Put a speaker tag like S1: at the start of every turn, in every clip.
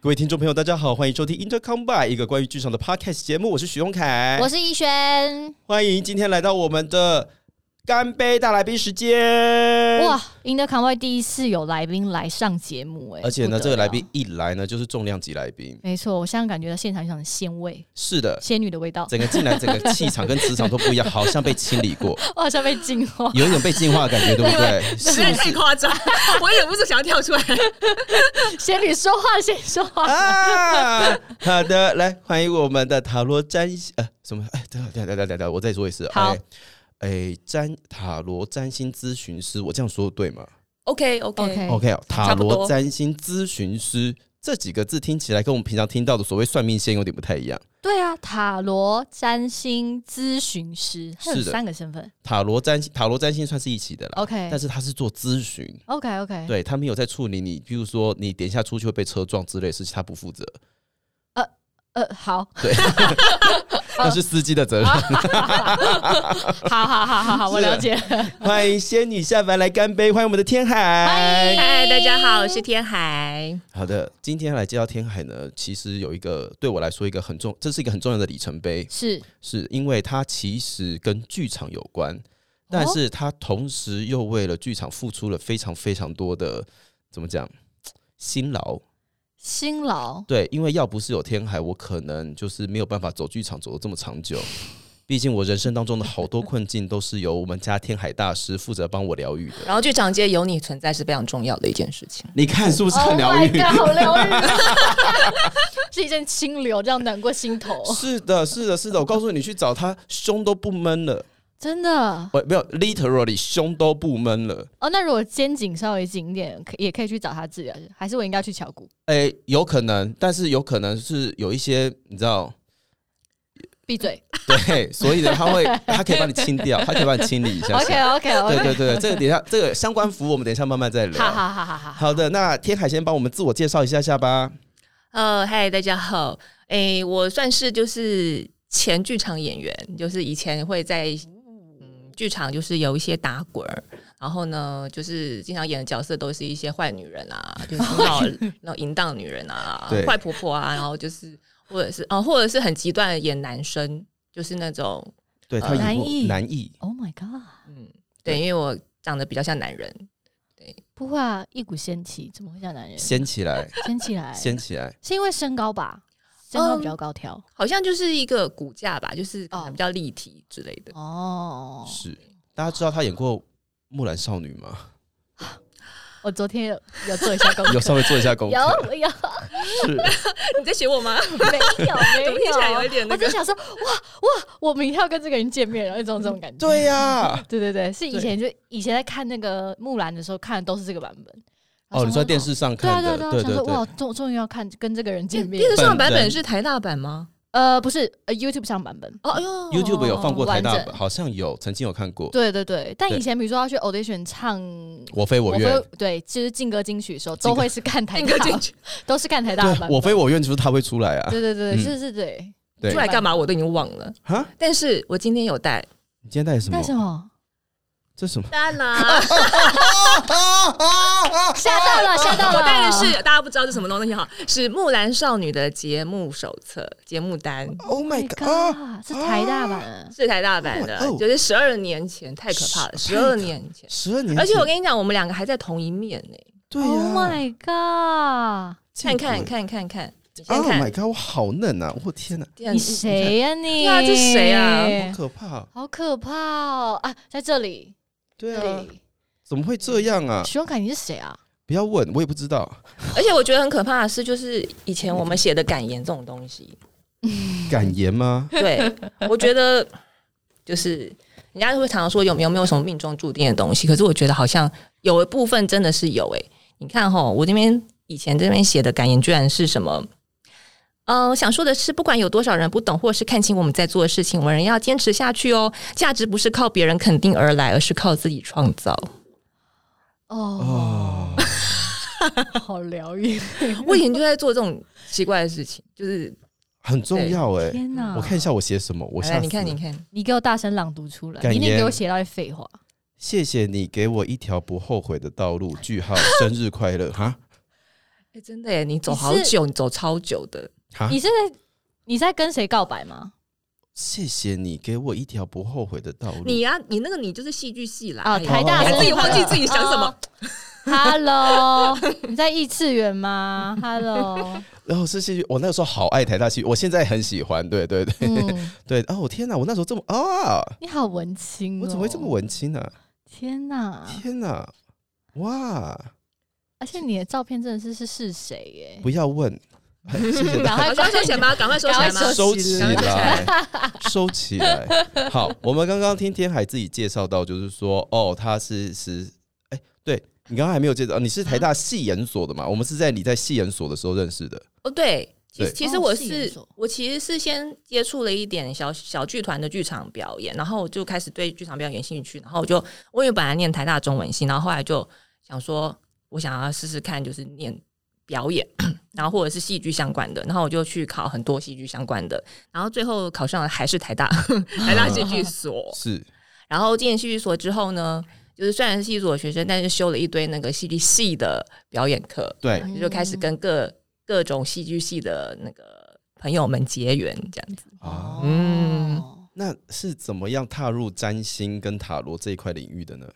S1: 各位听众朋友，大家好，欢迎收听 Intercom by 一个关于剧场的 podcast 节目，我是许荣凯，
S2: 我是逸轩。
S1: 欢迎今天来到我们的干杯大来宾时间。
S2: 哇！赢得康威第一次有来宾来上节目、哎，
S1: 而且呢，
S2: 不
S1: 这个
S2: 得
S1: 来
S2: 了
S1: 宾，一来呢，就是重量级来宾。
S2: 没错，我现在感觉到现场有一种鲜味，
S1: 是的，
S2: 仙女的味道，
S1: 整哎个进来，整个气场跟磁场都不一样，好像被清理过，
S2: 我好像被净化。
S1: 有一种被净化的感觉，对不对？
S3: 有
S1: 是
S3: 点
S1: 不
S3: 太
S1: 是？
S3: 夸张， 我忍不住想要跳出来。
S2: 仙女说话，仙女说话。
S1: 啊，好的，来欢迎我们的塔罗占星呃什么？哎，等等等等等等，我再说一次。
S2: 好
S1: 哎，哎，占塔罗占星咨询师，我这样说对吗
S3: OK OK，,
S2: OK，
S1: ？OK，哦塔
S3: 哎差不多
S1: 罗占星咨询师这几个字听起来跟我们平常听到的所谓算命先有点不太一样。
S2: 对啊，塔罗占星咨询师，他有
S1: 是的
S2: 三个身份。
S1: 塔罗占塔罗占星算是一起的啦
S2: OK
S1: 但是他是做咨询，
S2: OK
S3: 哎
S2: OK，
S1: 对他没有在处理你，比如说你等一下出去会被车撞之类的事情，他不负责，
S2: 呃，好，
S1: 对，
S3: 哦
S1: 那是司机的责任。
S2: 好好好好好，我
S1: 是
S2: 了解。
S1: 欢迎仙女下凡来干杯，欢迎我们的天海。
S3: 嗨，大家好，我是天海。
S1: 好的，今天来介绍天海呢，其实有一个对我来说一个很重，这是一个很重要的里程碑，
S2: 是
S1: 是因为它其实跟剧场有关，但是它同时又为了剧场付出了非常非常多的怎么讲辛劳。
S2: 辛劳，
S1: 对，因为要不是有天海，我可能就是没有办法走剧场走得这么长久。毕竟我人生当中的好多困境都是由我们家天海大师负责帮我疗愈的。
S3: 然后剧场界有你存在是非常重要的一件事情。
S1: 你看是不是很
S2: Oh
S1: 疗
S2: my
S1: 愈
S2: God，好疗 愈 啊，是一阵清流，这样暖过心头，
S1: 是的，是的，是的。我告诉你，你去找他，胸都不闷了，
S2: 真的。
S1: 不，没有，literally 胸都不闷了。
S2: 哦，那如果肩颈稍微紧一点，可也可以去找他治疗，还是我应该去敲骨？
S1: 哎、有可能，但是有可能是有一些你知道，
S2: 闭嘴。
S1: 对，所以呢，他会，他可以帮你清掉，他可以帮你清理一下
S2: OK
S1: 下。
S2: OK
S1: 对
S2: OK，
S1: 对对，这个等一下，这个相关服务我们等一下慢慢再聊。
S2: 好好好好好。
S1: 好的，那天海先帮我们自我介绍一下下吧。
S3: 呃，嗨，大家好。诶，我算是就是前剧场演员，就是以前会在嗯剧场就是有一些打滚儿。然后呢，就是经常演的角色都是一些坏女人 啊，就是那种那种淫荡女人啊
S1: 对，
S3: 坏婆婆啊，然后就是或者是哦、或者是很极端的演男生，就是那种
S1: 对他
S3: 呃
S1: 演
S2: 男
S1: 过
S2: 艺
S1: 男艺，
S2: Oh my god！
S3: 嗯，对，因为我长得比较像男人，
S2: 不会啊，一股仙气，怎么会像男人？
S1: 掀起来，
S2: 掀起来，
S1: 掀起来。
S2: 是因为身高吧？身高
S3: 嗯
S2: 比较高挑。
S3: 好像就是一个骨架吧，就是可
S2: 哦
S3: 能比较立体之类的。
S2: 哦，
S1: 是，大家知道他演过《木兰少女》吗？
S2: 我昨天有有做一下功
S1: 有
S2: 课，
S1: 稍微做一下功
S2: 有
S1: 课。
S2: 有有
S1: 是，
S3: 你在学我吗？
S2: 没有没
S3: 怎么听起来有一点那
S2: 我
S3: 个
S2: 就想说，哇哇，我明天要跟这个人见面，然后一种这种感觉。
S1: 对啊呀、
S2: 对对对，是以前就以前在看那个木兰的时候看的都是这个版本。
S1: 哦，
S2: 然后
S1: 你
S2: 想
S1: 说
S2: 说
S1: 电视上
S2: 对
S1: 看
S2: 啊对啊
S1: 的，
S2: 对啊，
S1: 对
S2: 想
S1: 对
S2: 说哇
S1: 对，，
S2: 终终于要看跟这个人见面
S3: 电。视上的版
S1: 本人
S3: 本是台大版吗？
S2: 呃，不是呃 YouTube 上版本。
S3: 哦，哎呦
S1: YouTube 有放过台大
S2: 完
S1: 版，
S2: 整
S1: 好像有曾经有看过《
S2: 对对对，但
S1: 对
S2: 以前比如说要去 audition 唱。
S1: 我非我
S2: 我
S1: 愿》
S2: 会对，就是劲歌金曲的时候
S1: 劲歌
S2: 都会是看台
S3: 那
S2: 大
S3: 个，进去
S2: 都是看台大的
S1: 对，
S2: 版
S1: 我
S2: 本。
S1: 非我愿就是他会出来啊。
S2: 啊对对对，
S1: 嗯
S2: 是是对。
S1: 对
S3: 出来干嘛？我都已经忘了。
S1: 哈，
S3: 但是我今天有带，
S1: 你今天带什么
S2: 那？什么？
S1: 这什么？
S3: 当 然，
S1: 哦
S2: 吓到了，吓到了！
S3: 我带的是大家不知道是什么东西哈，是《木兰少女》的节目手册、节目单，
S1: Oh
S2: Oh
S1: my 啊
S2: ，My God，是台大版。
S3: 是台大版的
S1: 哦，
S3: 就是十二年前，太可怕了，
S1: 是
S3: 十二年前。
S1: 十二年前，
S3: 而且我跟你讲，我们两个还在同一面呢。
S1: 对啊
S2: Oh
S1: 呀，
S2: my God！
S3: 看看看看看，你
S1: ，Oh
S3: 先
S1: my
S3: 看，
S1: god，我好嫩啊！我天哪，
S3: 哎你
S2: 你谁呀你？
S3: 对啊这是谁啊
S1: 好可怕！
S2: 好可怕哦！啊，在这里，
S1: 对
S2: 这
S1: 啊，
S2: 里，
S1: 怎么会这样啊？
S2: 徐荣凯，你是谁啊？
S1: 不要问，我也不知道。
S3: 而且我觉得很可怕的是，就是以前我们写的感言这种东西，
S1: 敢言吗？
S3: 对我觉得就是人家会常常说有没有有没有什么命中注定的东西，可是我觉得好像有一部分真的是有诶、你看哈，我这边以前这边写的感言居然是什么？呃，我想说的是，不管有多少人不懂，或是看清我们在做的事情，我们人要坚持下去哦。价值不是靠别人肯定而来，而是靠自己创造。
S2: 哦，
S1: 哦，
S2: 好疗愈！
S3: 我以前就在做这种奇怪的事情，就是
S1: 很重要哎。
S2: 天哪！
S1: 我看一下我写什么，我
S3: 来
S1: 吓
S3: 来
S1: 死
S3: 你看，
S1: 了
S3: 你看，
S2: 你给我大声朗读出来，
S1: 感
S2: 你一定给
S1: 言
S2: 我写到一废话。
S1: 谢谢你给我一条不后悔的道路。句号，生日快乐哈！
S3: 哎、真的耶，你走好久，你走超久的。
S1: 哈，
S2: 你是在你在跟谁告白吗？
S1: 谢谢你给我一条不后悔的道路。
S3: 你呀、你那个你就是戏剧系啦，
S2: 哦，
S3: 哎呀
S2: 台大
S1: 哦
S3: 你
S2: 生
S3: 还
S2: 日快
S3: 自己忘记
S2: 乐
S3: 自己想什么。。
S2: 哦 Hello，你在异次元吗？Hello，
S1: 然后是戏剧，我那个时候好爱台大戏剧，我现在很喜欢。对对对、
S2: 嗯，
S1: 对。哦，天哪，我那时候这么啊，
S2: 你好文青、哦，
S1: 我怎么会这么？文青呢、啊
S2: 天哪！
S1: 天哪，哇！
S2: 而且你的照片真的是是是谁耶？
S1: 不要问， 谢 谢大
S2: 赶快
S3: 赶快收钱 吧，赶快收起来
S2: 赶快
S3: 吧
S1: 家。
S2: 收
S1: 收
S2: 起
S1: 起
S2: 来
S1: 来， 收起来。好，我们刚刚听天海自己介绍到，就是说，哦，他是是，哎、对你刚刚还没有介绍，你是台大戏研所的嘛？我们是在你在戏研所的时候认识的。
S3: 哦，对，其
S1: 对
S3: 实其实
S2: 哦
S3: 我
S2: 戏演
S3: 是、
S2: 所
S3: 我其实是先接触了一点小小剧团的剧场表演，然后我就开始对剧场表演有兴趣，然后我就我因为本来念台大中文系，然后后来就想说，我想要试试看，就是念表演，然后或者是戏剧相关的，然后我就去考很多戏剧相关的，然后最后考上了还是台大 台大戏剧所，
S1: 是，
S3: 然后进了戏剧所之后呢，就是虽然是戏剧所的学生，但是修了一堆那个戏剧系的表演课，
S1: 对，
S3: 就开始跟各各种戏剧系的那个朋友们结缘，这样子。
S1: 啊
S2: 嗯
S3: 嗯，
S1: 那是怎么样踏入占星跟塔罗这一块领域的呢？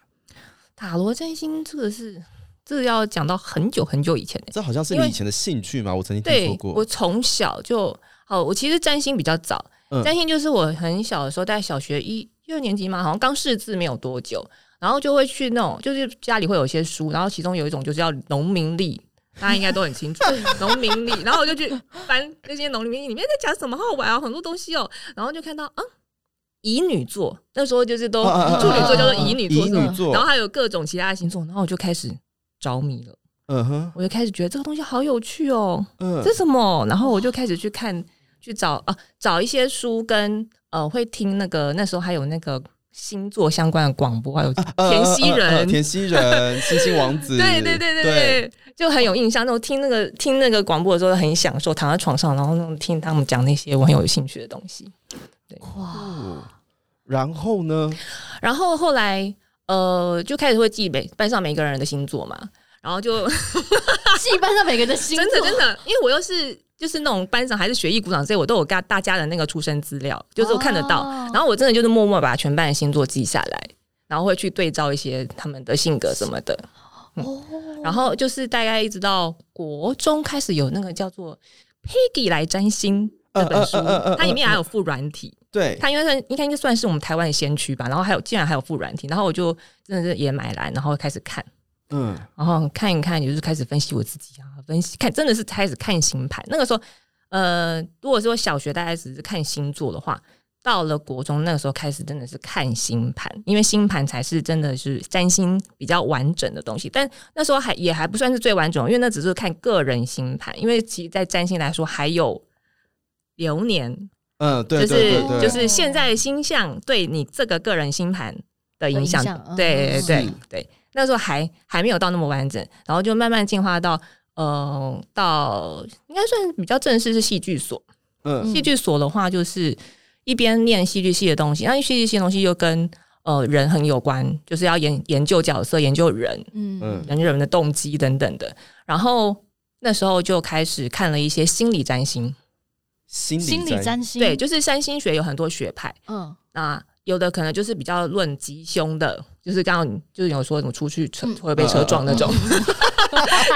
S3: 塔罗占星这个是，这个要讲到很久很久以前的、
S1: 这好像是
S3: 因为
S1: 你以前的兴趣吗？我曾经听说
S3: 对我
S1: 过。
S3: 从小就，哦，我其实占星比较早，
S1: 嗯
S3: 占星就是我很小的时候，在小学一一二年级嘛，好像刚识字没有多久，然后就会去那种，就是家里会有一些书，然后其中有一种就是叫农民历。大家应该都很 清楚农民历，然后我就去翻那些农民历里面在讲什么好玩啊，很多东西哦，然后就看到啊，乙女座，那时候就是都
S1: 啊啊啊啊
S3: 处女座叫做乙女座
S1: 乙
S3: 是吗，
S1: 女座
S3: 然，后还有各种其他的星座，然后我就开始着迷了，
S1: 嗯哼，
S3: 我就开始觉得这个东西好有趣哦，
S1: 嗯
S3: 这，什么？然后我就开始去看，去找啊，找一些书跟呃，会听那个那时候还有那个星座相关的广播，还有
S1: 呃
S3: 田西
S1: 呃呃呃
S3: 人，
S1: 田西 人，星星王子，
S3: 啊对对对对对，就很有印象。那种听那个听那个广播的时候很享受，躺在床上，然后那种听他们讲那些我很有兴趣的东西。
S2: 哇，
S1: 哦，然后呢？
S3: 然后后来呃，就开始会记每班上每个人的星座嘛，然后 就
S2: 戏班上每个人的星
S3: 真的
S2: 座
S3: 真的，因为我又是。就是那种班长还是学艺鼓掌这些，我都有大大家的那个出生资料，就是我看得到。
S2: 哦
S3: 然后我真的就是默默把全班的星座记下来，然后会去对照一些他们的性格什么的。
S2: 哦
S3: 然后就是大概一直到国中开始有那个叫做《Peggy 来占星》
S1: 呃
S3: 那本书
S1: 呃呃呃呃，呃
S3: 它里面还有附软体，
S1: 对，
S3: 它因为算应该应该算是我们台湾的先驱吧。然后还有竟然还有附软体，然后我就真的是也买来，然后开始看，
S1: 嗯，
S3: 然后看一看，也就是开始分析我自己啊，分析看真的是开始看星盘。那个时候，呃，如果说小学大概只是看星座的话，到了国中那个时候开始真的是看星盘，因为星盘才是真的是占星比较完整的东西。但那时候还也还不算是最完整，因为那只是看个人星盘，因为其实在占星来说还有。流年
S1: 嗯，对，
S3: 就是
S1: 对对对
S3: 就是现在的星象对你这个个人星盘的影响
S2: 的影响，嗯
S3: 对
S2: 是
S3: 对对，那时候还还没有到那么完整，然后就慢慢进化到呃到应该算比较正式是戏剧所，
S1: 嗯
S3: 戏剧所的话，就是一边念戏剧系的东西，那戏剧系的东西又跟呃人很有关，就是要研研究角色、研究人、
S2: 嗯
S1: 嗯
S3: 研究人的动机等等的。然后那时候就开始看了一些心理占星，
S1: 心
S2: 心理
S1: 占
S2: 占星
S3: 对，就是占星学有很多学派，
S2: 嗯
S3: 那有的可能就是比较论吉凶的，就是刚刚你就是有说什么出去车
S2: 嗯
S3: 会被车撞那种，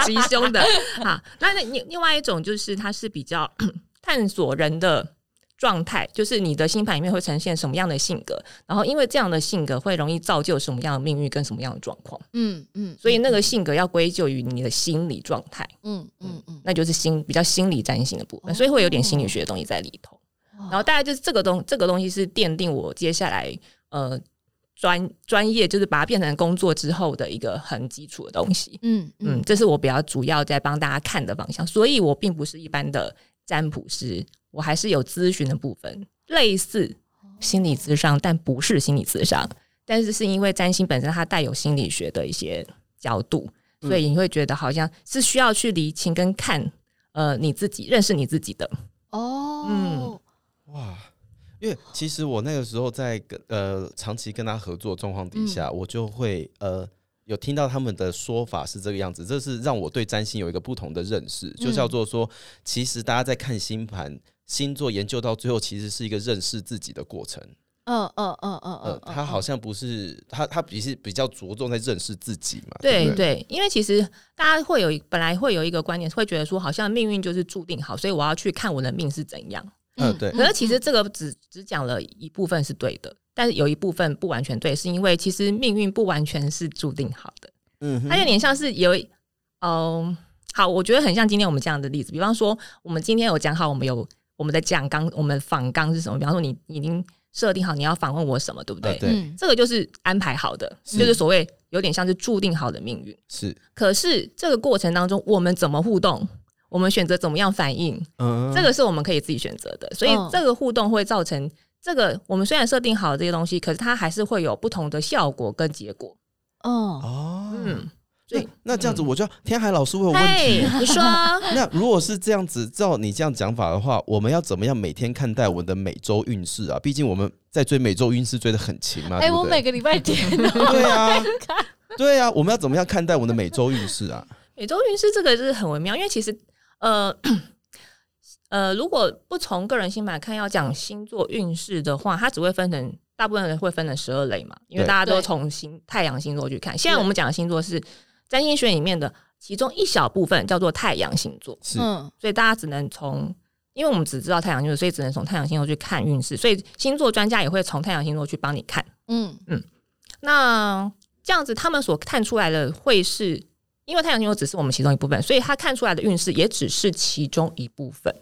S3: 吉凶的啊。那那另另外一种就是它是比较 探索人的状态，就是你的星盘里面会呈现什么样的性格，然后因为这样的性格会容易造就什么样的命运跟什么样的状况，
S2: 嗯嗯，
S3: 所以那个性格要归咎于你的心理状态，
S2: 嗯嗯嗯，
S3: 那就是心比较心理占星的部
S2: 哦
S3: 分，所以会有点心理学的东西在里头。
S2: 然
S3: 然后大概就是这个东这个东西是奠定我接下来呃专专业，就是把它变成工作之后的一个很基础的东西。
S2: 嗯
S3: 嗯
S2: 嗯，
S3: 这是我比较主要在帮大家看的方向，所以我并不是一般的占卜师，我还是有咨询的部分，类似心理咨商，但不是心理咨商，但是是因为占星本身它带有心理学的一些角度，所以你会觉得好像是需要去厘清跟看呃你自己认识你自己的，
S2: 哦
S3: 嗯
S1: 哇。因为其
S3: 嗯
S1: 实我那个时候在跟呃长期跟他合作状况底下，我就会呃有听到他们的说法是这个样子，这是让我对占星有一个不同的认识，
S3: 嗯
S1: 就叫做说，其实大家在看星盘、星座研究到最后，其实是一个认识自己的过程。
S2: 嗯嗯嗯嗯
S3: 哦
S1: 呃，他好像不是他，他比是比较着重在认识自己嘛。
S3: 对
S1: 不对，
S3: 对，因为其实大家会有一本来会有一个观念，会觉得说好像命运就是注定好，所以我要去看我的命是怎样。
S1: 嗯对
S3: 呃可是其实这个只只讲了一部分是对的，但是有一部分不完全对，是因为其实命运不完全是注定好的，
S1: 嗯
S3: 它有点像是有，嗯、好，我觉得很像今天我们这样的例子，比方说我们今天有讲好，我们有我们的讲纲，我们访纲是什么？比方说你你已经设定好你要访问我什么，对不对？
S1: 啊对
S2: 嗯
S3: 这个就是安排好的，
S1: 是
S3: 就是所谓有点像是注定好的命运。
S1: 是，
S3: 可是这个过程当中，我们怎么互动，我们选择怎么样反应，
S1: 嗯
S3: 这个是我们可以自己选择的。所以
S2: 嗯
S3: 这个互动会造成这个我们虽然设定好这些东西，可是它还是会有不同的效果跟结果。
S2: 哦，
S1: 哦，
S3: 嗯，
S1: 那
S3: 对
S1: 那这样子，我就要天海老师我有问
S3: 嘿
S1: 题。，
S3: 你说
S1: 那如果是这样子，照你这样讲法的话，我们要怎么样每天看待我们的每周运势啊？毕竟我们在追每周运势追的很勤嘛，
S2: 哎，
S1: 对不
S2: 我
S1: 对
S2: 每个礼拜天都
S1: 对啊，
S2: 看，
S1: 对啊，我们要怎么样看待我们的每周运势啊？
S3: 宇宙运势这个就是很微妙，因为其实呃呃，如果不从个人星盘看，要讲星座运势的话，它只会分成大部分人会分成十二类嘛，因为
S1: 对
S3: 大家都
S2: 对
S3: 从星太阳星座去看。现在
S2: 对
S3: 我们讲的星座是占星学里面的其中一小部分，叫做太阳星座。
S1: 是，
S2: 嗯
S3: 所以大家只能从，因为我们只知道太阳星座，所以只能从太阳星座去看运势，所以星座专家也会从太阳星座去帮你看。
S2: 嗯
S3: 那这样子，他们所看出来的会是，因为太阳星座只是我们其中一部分，所以他看出来的运势也只是其中一部分，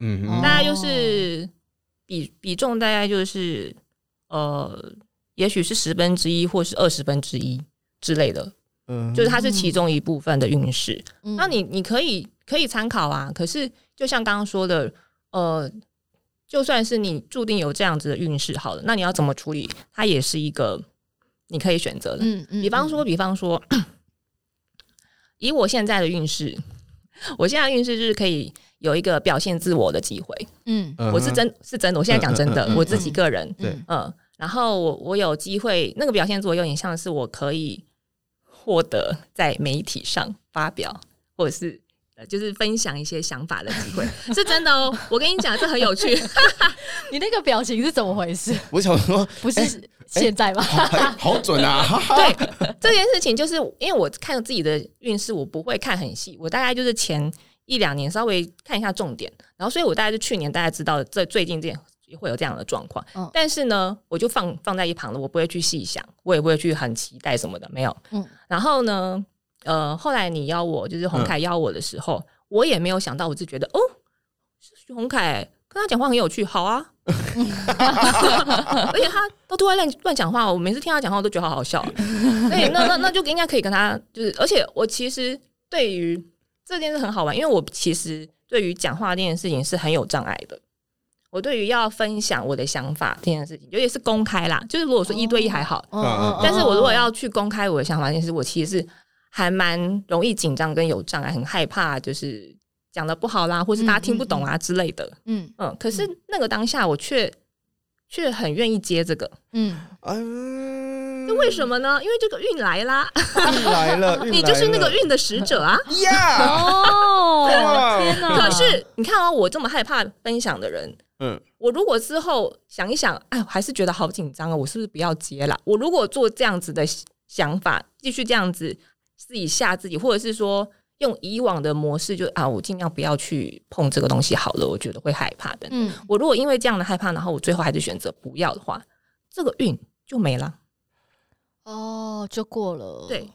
S1: 嗯
S2: 哦
S1: 哼，
S3: 大概就是比比重大概就是呃，也许是十分之一或是二十分之一之类的，
S1: 嗯
S3: 就是它是其中一部分的运势。
S2: 嗯，
S3: 那你你可以可以参考啊，可是就像刚刚说的，呃，就算是你注定有这样子的运势好了，那你要怎么处理，它也是一个你可以选择的。
S2: 嗯嗯，
S3: 比方说，比方说，以我现在的运势，我现在的运势就是可以有一个表现自我的机会。
S2: 嗯，
S1: 嗯哼
S3: 我是真是真的，我现在讲真的，
S1: 嗯嗯嗯嗯
S3: 我自己个人，
S1: 对
S2: 嗯
S3: 嗯，然后我我有机会，那个表现自我有点像是我可以获得在媒体上发表，或者是呃，就是分享一些想法的机会，是真的哦。我跟你讲，这很有趣，
S2: 你那个表情是怎么回事？
S1: 我想说，
S2: 不
S3: 哎
S2: 是现在吧？
S1: 好好准啊！哈哈
S3: 对 这件事情，就是因为我看自己的运势，我不会看很细，我大概就是前一两年稍微看一下重点，然后所以我大概就去年大家知道这最近这样会有这样的状况，
S2: 嗯
S3: 但是呢，我就放放在一旁了，我不会去细想，我也不会去很期待什么的，没有。
S2: 嗯
S3: 然后呢，呃，后来你邀我，就是洪凯邀我的时候，我也没有想到，我就觉得哦，是洪凯跟他讲话很有趣，好啊。 而且他都都会乱乱讲话，我每次听他讲话，我都觉得好好笑。啊所以那那那就应该可以跟他，就是而且我其实对于这件事很好玩，因为我其实对于讲话这件事情是很有障碍的。我对于要分享我的想法这件事情，尤其是公开啦，就是如果说一对一还好，
S2: 嗯
S1: 嗯
S3: 啊但是我如果要去公开我的想法，其实我其实是还蛮容易紧张跟有障碍，很害怕就是讲的不
S1: 嗯
S3: 好啦，或是大家听不懂啊之类的。
S2: 嗯
S3: 嗯可是那个当下我却却很愿意接这个，
S2: 嗯
S1: 哎嗯，
S3: 为什么呢？因为这个运来啦，
S1: 运来 了，运
S3: 你就是那个
S1: 来了
S3: 运的使者 啊。
S1: 呀，
S2: 哦
S1: 哇
S2: 天哪！
S3: 可是你看哦，我这么害怕分享的人，
S1: 嗯，
S3: 我如果之后想一想，哎，我还是觉得好紧张哦，我是不是不要接了？我如果做这样子的想法，继续这样子自己吓自己，或者是说用以往的模式就，啊，我尽量不要去碰这个东西好了，我觉得会害怕的。
S2: 嗯
S3: 我如果因为这样的害怕，然后我最后还是选择不要的话，这个运就没了。
S2: 哦，就过了。
S3: 对，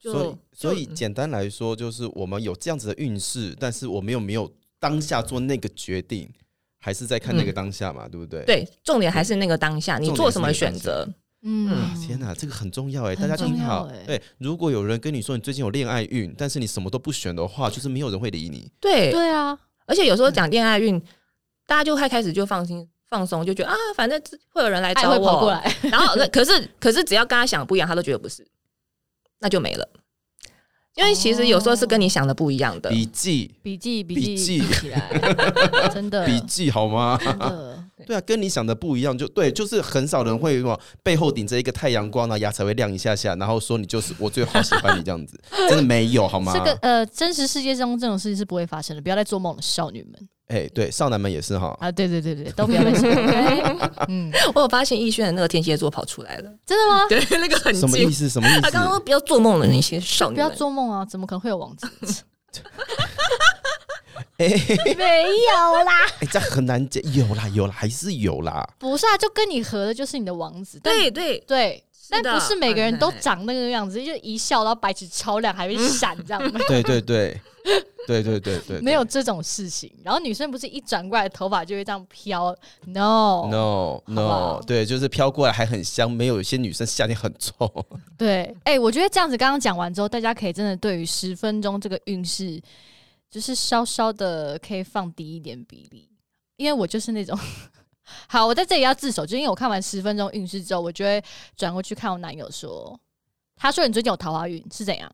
S3: 就
S1: 所以所以
S3: 就
S1: 简单来说，就是我们有这样子的运势，但是我们又没有当下做那个决定，还是在看那个当下嘛，对不对？。
S3: 对，重点还是那个当下，你
S1: 重点
S3: 做
S1: 是
S3: 什
S1: 那
S3: 么
S1: 个
S3: 选
S1: 当下
S3: 择？
S2: 嗯
S1: 啊，天哪，这个很重要哎，大
S2: 很
S1: 家听
S2: 重要
S1: 好
S2: 哎。
S1: 对，如果有人跟你说你最近有恋爱运，但是你什么都不选的
S2: 嗯
S1: 话，就是没有人会理你。
S3: 对
S2: 对啊，
S3: 而且有时候讲恋爱运，大家就会开始就放心放松，就觉得啊，反正会有人来
S2: 爱
S3: 找我，
S2: 会跑过 来。
S3: 然后那可是可是只要跟他想不一样，他都觉得不是，那就没了。因为其实有时候是跟你想的不一样的。
S1: 笔记
S2: 笔记
S1: 笔
S2: 笔
S1: 记
S2: 记起来， 真的
S1: 笔记好吗？
S2: 真的
S1: 对啊，跟你想的不一样，就
S2: 嗯
S1: 对，就是很少人会往背后顶着一个太阳光，然后啊牙才会亮一下下，然后说你就是我最好喜欢你这 样子，真的没有好吗？
S2: 这个呃，真实世界中这种事情是不会发生的，不要再做梦了，少女们
S1: 哎、对，少男们也是哈，
S2: 啊！对对对对，都不要再做 梦。哎嗯，
S3: 我有发现逸轩的那个天蝎座跑出来 了，
S2: 真的吗？
S3: 对，那个很
S1: 什么意
S3: 近。
S1: 思？什么意
S3: 他刚刚说
S1: 思？
S3: 不要做梦了，那些少女
S2: 不要
S3: 们
S2: 做梦啊！怎么可能会有王子？
S1: 哎、嘿嘿
S2: 没有啦，
S1: 哎这样很难解，有啦有啦，还是有啦。
S2: 不是啊，就跟你合的就是你的王子，但
S3: 对对，
S2: 对，但
S3: 的
S2: 不是每个人都
S3: 很难欸
S2: 长那个样子，就一笑到白齿超亮，还会闪这 样，
S1: 对对对，对对对对，
S2: 没有这种事情。然后女生不是一转过来头发就会这样飘，no
S1: no
S2: 不哦好
S1: no，对，就是飘过来还很香，没有有些女生夏天很臭。
S2: 对，哎、我觉得这样子刚刚讲完之后，大家可以真的对于十分钟这个运势，就是稍稍的可以放低一点比例，因为我就是那种。好，我在这里要自首，就因为我看完十分钟运势之后，我就会转过去看我男友说，他说你最近有桃花运是怎样？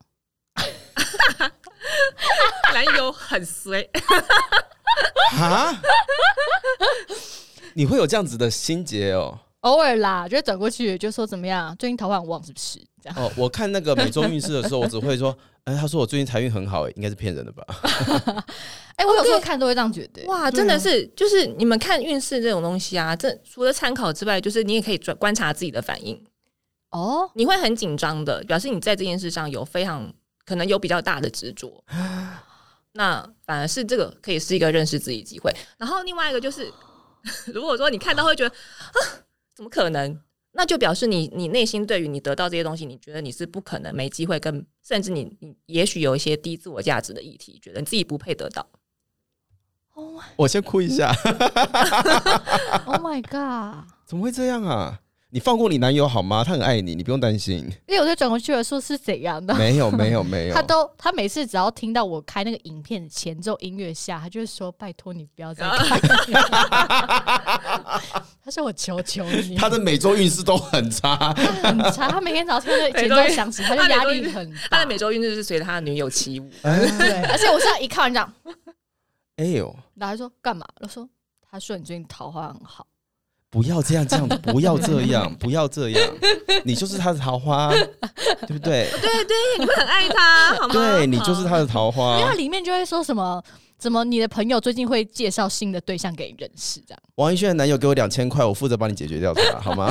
S3: 男友很 衰，
S1: 啊！ 你会有这样子的心结哦。
S2: 偶尔啦，就会转过去就说怎么样，最近桃花很旺是不是？这样
S1: 哦，我看那个每周运势的时候，我只会说， 哎、他说我最近财运很好、哎，应该是骗人的吧？
S2: 哎、我有时候
S3: OK
S2: 看都会这样觉得。
S3: 哇，真的是，就是你们看运势这种东西啊，这除了参考之外，就是你也可以转观察自己的反应。
S2: 哦，
S3: 你会很紧张的，表示你在这件事上有非常可能有比较大的执 着。那反而是这个可以是一个认识自己机会。然后另外一个就是， 如果说你看到会觉得啊，怎么可能？那就表示你你内心对于你得到这些东西，你觉得你是不可能没机会跟，甚至你你也许有一些低自我价值的议题，觉得你自己不配得到。
S1: 我先哭一下，
S2: Oh my god！
S1: 怎么会这样啊？你放过你男友好吗？他很爱你，你不用担 心。
S2: 因为我就转过去了，说是怎样的。
S1: 没有，没有，没有。
S2: 他都他每次只要听到我开那个影片前奏音乐下，他就会说：“拜托你不 要再开。”他说：“我求求你。”
S1: 他的每周运势都很差。
S2: 他很差，他每天早上听到前奏响起，他就压力很大。
S3: 他的每周运势是随着他的女友起舞，
S1: 哎
S2: 对，而且我现在一看完这样，
S1: 哎呦，
S2: 然后他说干嘛？我说他说你最近桃花很好，
S1: 不要这样，这样的，不要这样，不要这样。你就是他的桃花，啊对不对？
S3: 你会很爱他，好吗？
S1: 对你就是他的桃花
S2: 啊因为。他里面就会说什么。怎么？你的朋友最近会介绍新的对象给你认识？这样
S1: 王一轩的男友给我两千块，我负责帮你解决掉它，好吗？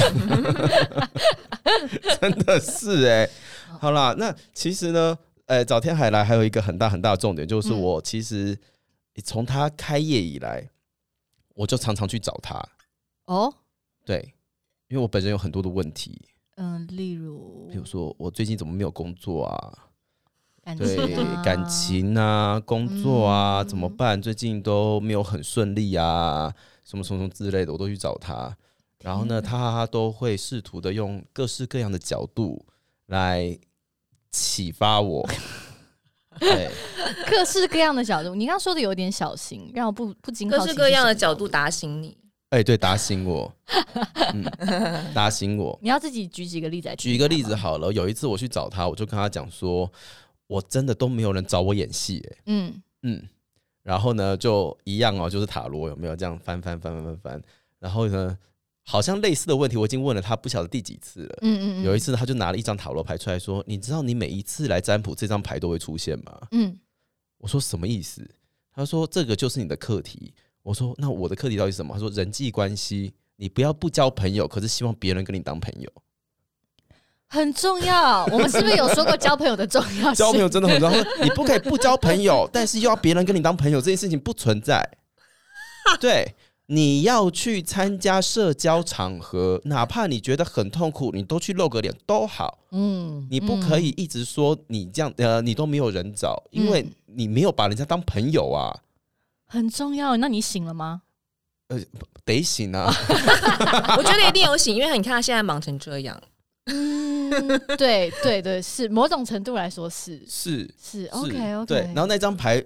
S1: 真的是哎、好啦，那其实呢，呃，早天海来还有一个很大很大的重点，就是
S2: 嗯
S1: 我其实从他开业以来，我就常常去找他，
S2: 哦，
S1: 对，因为我本人有很多的问题，
S2: 嗯，例如
S1: 比如说我最近怎么没有工作啊？
S2: 感
S1: 对
S2: 情、啊、
S1: 感情啊、工作啊、
S2: 嗯
S1: 怎么办？最近都没有很顺利啊，什么什么什么之类的，我都去找他。然后呢，他都会试图的用各式各样的角度来启发我。哎对，
S2: 各式各样的角度，你刚刚说的有点小心，让我不不禁
S3: 各
S2: 好奇
S3: 式
S2: 是
S3: 各样
S2: 什
S3: 的
S2: 么
S3: 角度。打醒你。
S1: 哎，对，打醒我，嗯，打醒我。
S2: 你要自己举几个例子来听
S1: 举
S2: 听
S1: 一个例子啊
S2: 好吗，
S1: 好了，有一次我去找他，我就跟他讲说，我真的都没有人找我演戏、哎。
S2: 嗯，
S1: 嗯，然后呢就一样哦，就是塔罗有没有这样翻翻翻翻翻翻，然后呢好像类似的问题我已经问了他不晓得第几次了。
S2: 嗯嗯嗯，
S1: 有一次他就拿了一张塔罗牌出来说：“你知道你每一次来占卜这张牌都会出现吗
S2: 嗯，？”
S1: 我说：“什么意思？”他说：“这个就是你的课题。”我说：“那我的课题到底是什么？”他说：“人际关系，你不要不交朋友，可是希望别人跟你当朋友。
S2: 很重要。我们是不是有说过交朋友的重 要性？
S1: 交朋友真的很重要，你不可以不交朋 友，但是又要别人跟你当朋友，这件事情不存在。对，你要去参加社交场合，哪怕你觉得很痛苦，你都去露个脸都好。
S2: 嗯，
S1: 你不可以一直说你这样，呃，你都没有人找，因为
S2: 嗯
S1: 你没有把人家当朋友啊，
S2: 很重要。那你醒了吗？
S1: 得行
S2: 哦
S1: 啊。
S3: 我觉得一定有醒，因为你看他现在忙成这样，
S2: 嗯， 对对对，是某种程度来说是
S1: 是
S2: 是
S1: 是
S2: OK OK。
S1: 对。然后那张牌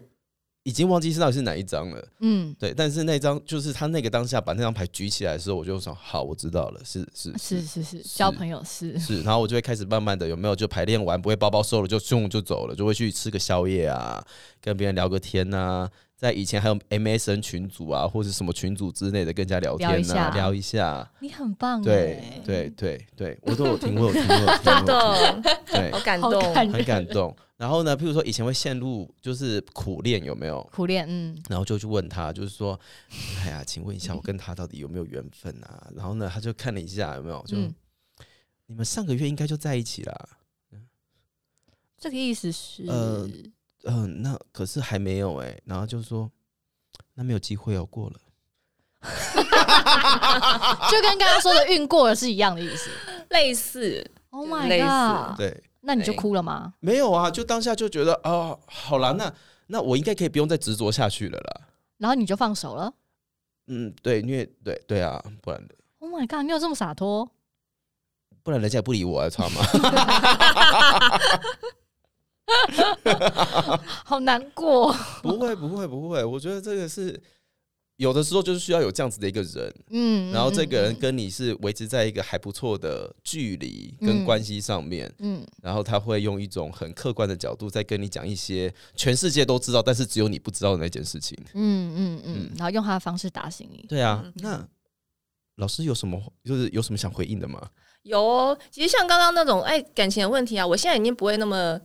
S1: 已经忘记是到底是哪一张了。
S2: 嗯，
S1: 对，但是那张就是他那个当下把那张牌举起来的时候，我就想，好，我知道了，是是
S2: 啊是
S1: 是
S2: 是是，交朋友 是
S1: 是，然后我就会开始慢慢的有没有就排练完不会包包收了就中午就走了，就会去吃个宵夜啊，跟别人聊个天呐、在以前还有 MSN 群组啊，或是什么群组之类的跟人家聊
S2: 聊一
S1: 天呐、
S2: 下
S1: 聊一下。
S2: 你很棒
S1: 对
S2: 哎，
S1: 对对对，我都有听过，我有听过，我有听过
S3: 真 的
S1: 对
S3: 好，感
S2: 好
S3: 动，
S2: 感
S1: 很感动。然后呢，譬如说以前会陷入就是苦恋有没有？
S2: 苦练，嗯，
S1: 然后就去问他，就是说，哎呀，请问一下，我跟他到底有没有缘分啊？然后呢，他就看了一下，有没有就、
S2: 嗯
S1: 你们上个月应该就在一起啦。
S2: 这个意思是，
S1: 呃嗯、那可是还没有哎、然后就说那没有机会哦，过了。
S2: 就跟刚刚说的运过了是一样的意思。
S3: 类似
S2: Oh
S3: 就是
S2: my
S3: 类似
S2: god！
S1: 对，
S2: 那你就
S3: 对
S2: 哭了吗？
S1: 没有啊，就当下就觉得哦，好啦，那那我应该可以不用再执着下去了啦。
S2: 然后你就放手了
S1: 嗯，对，因为对对啊，不然
S2: ？Oh my god！你有这么洒脱？
S1: 不然人家也不理我啊，操 嘛。
S2: 好难过。
S1: 不会，不会，不会。我觉得这个是有的时候就是需要有这样子的一个人，
S2: 嗯，
S1: 然后这个人
S2: 嗯，
S1: 跟你是维持在一个还不错的距离
S2: 嗯
S1: 跟关系上面，
S2: 嗯，
S1: 然后他会用一种很客观的角度在跟你讲一些全世界都知道，但是只有你不知道的那件事情。
S2: 嗯嗯嗯
S1: 嗯，
S2: 然后用他的方式打醒你。
S1: 对啊
S3: 嗯，
S1: 那老师有什么就是有什么想回应的 吗？
S3: 有哦，其实像刚刚那种哎感情的问题啊，我现在已经不会那么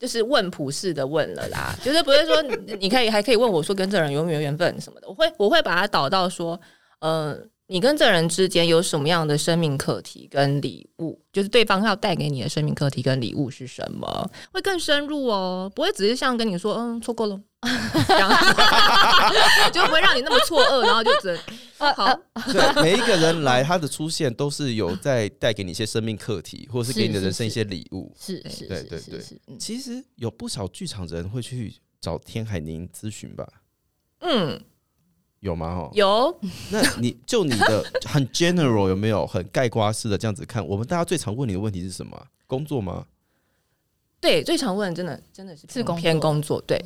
S3: 就是问普世的问了啦，就是不会说你 你可以还可以问我说跟这人有没有缘分什么的，我会我会把它导到说，呃，你跟这人之间有什么样的生命课题跟礼物，就是对方要带给你的生命课题跟礼物是什么，会更深入哦，不会只是像跟你说嗯错过了， 这样就不会让你那么错愕，然后就只能
S2: 呃
S3: 好。
S2: 呃
S1: 对，每一个人来，他的出现都是有在带给你一些生命课题，或者是给你的
S2: 是
S1: 人生一
S2: 是
S1: 些礼物。
S2: 是是
S1: 对
S2: 是
S1: 对
S2: 是
S1: 对
S2: 是，嗯
S1: 其实有不少剧场人会去找天海宁咨询吧。
S3: 嗯，
S1: 有吗？哦，
S3: 有
S1: 那你就你的很 general 有没有很盖瓜式的这样子看？我们大家最常问你的问题是什么啊？工作吗？
S3: 对，最常问的真的真的是
S2: 是
S3: 偏
S2: 工
S3: 偏
S2: 作
S3: 工作，对，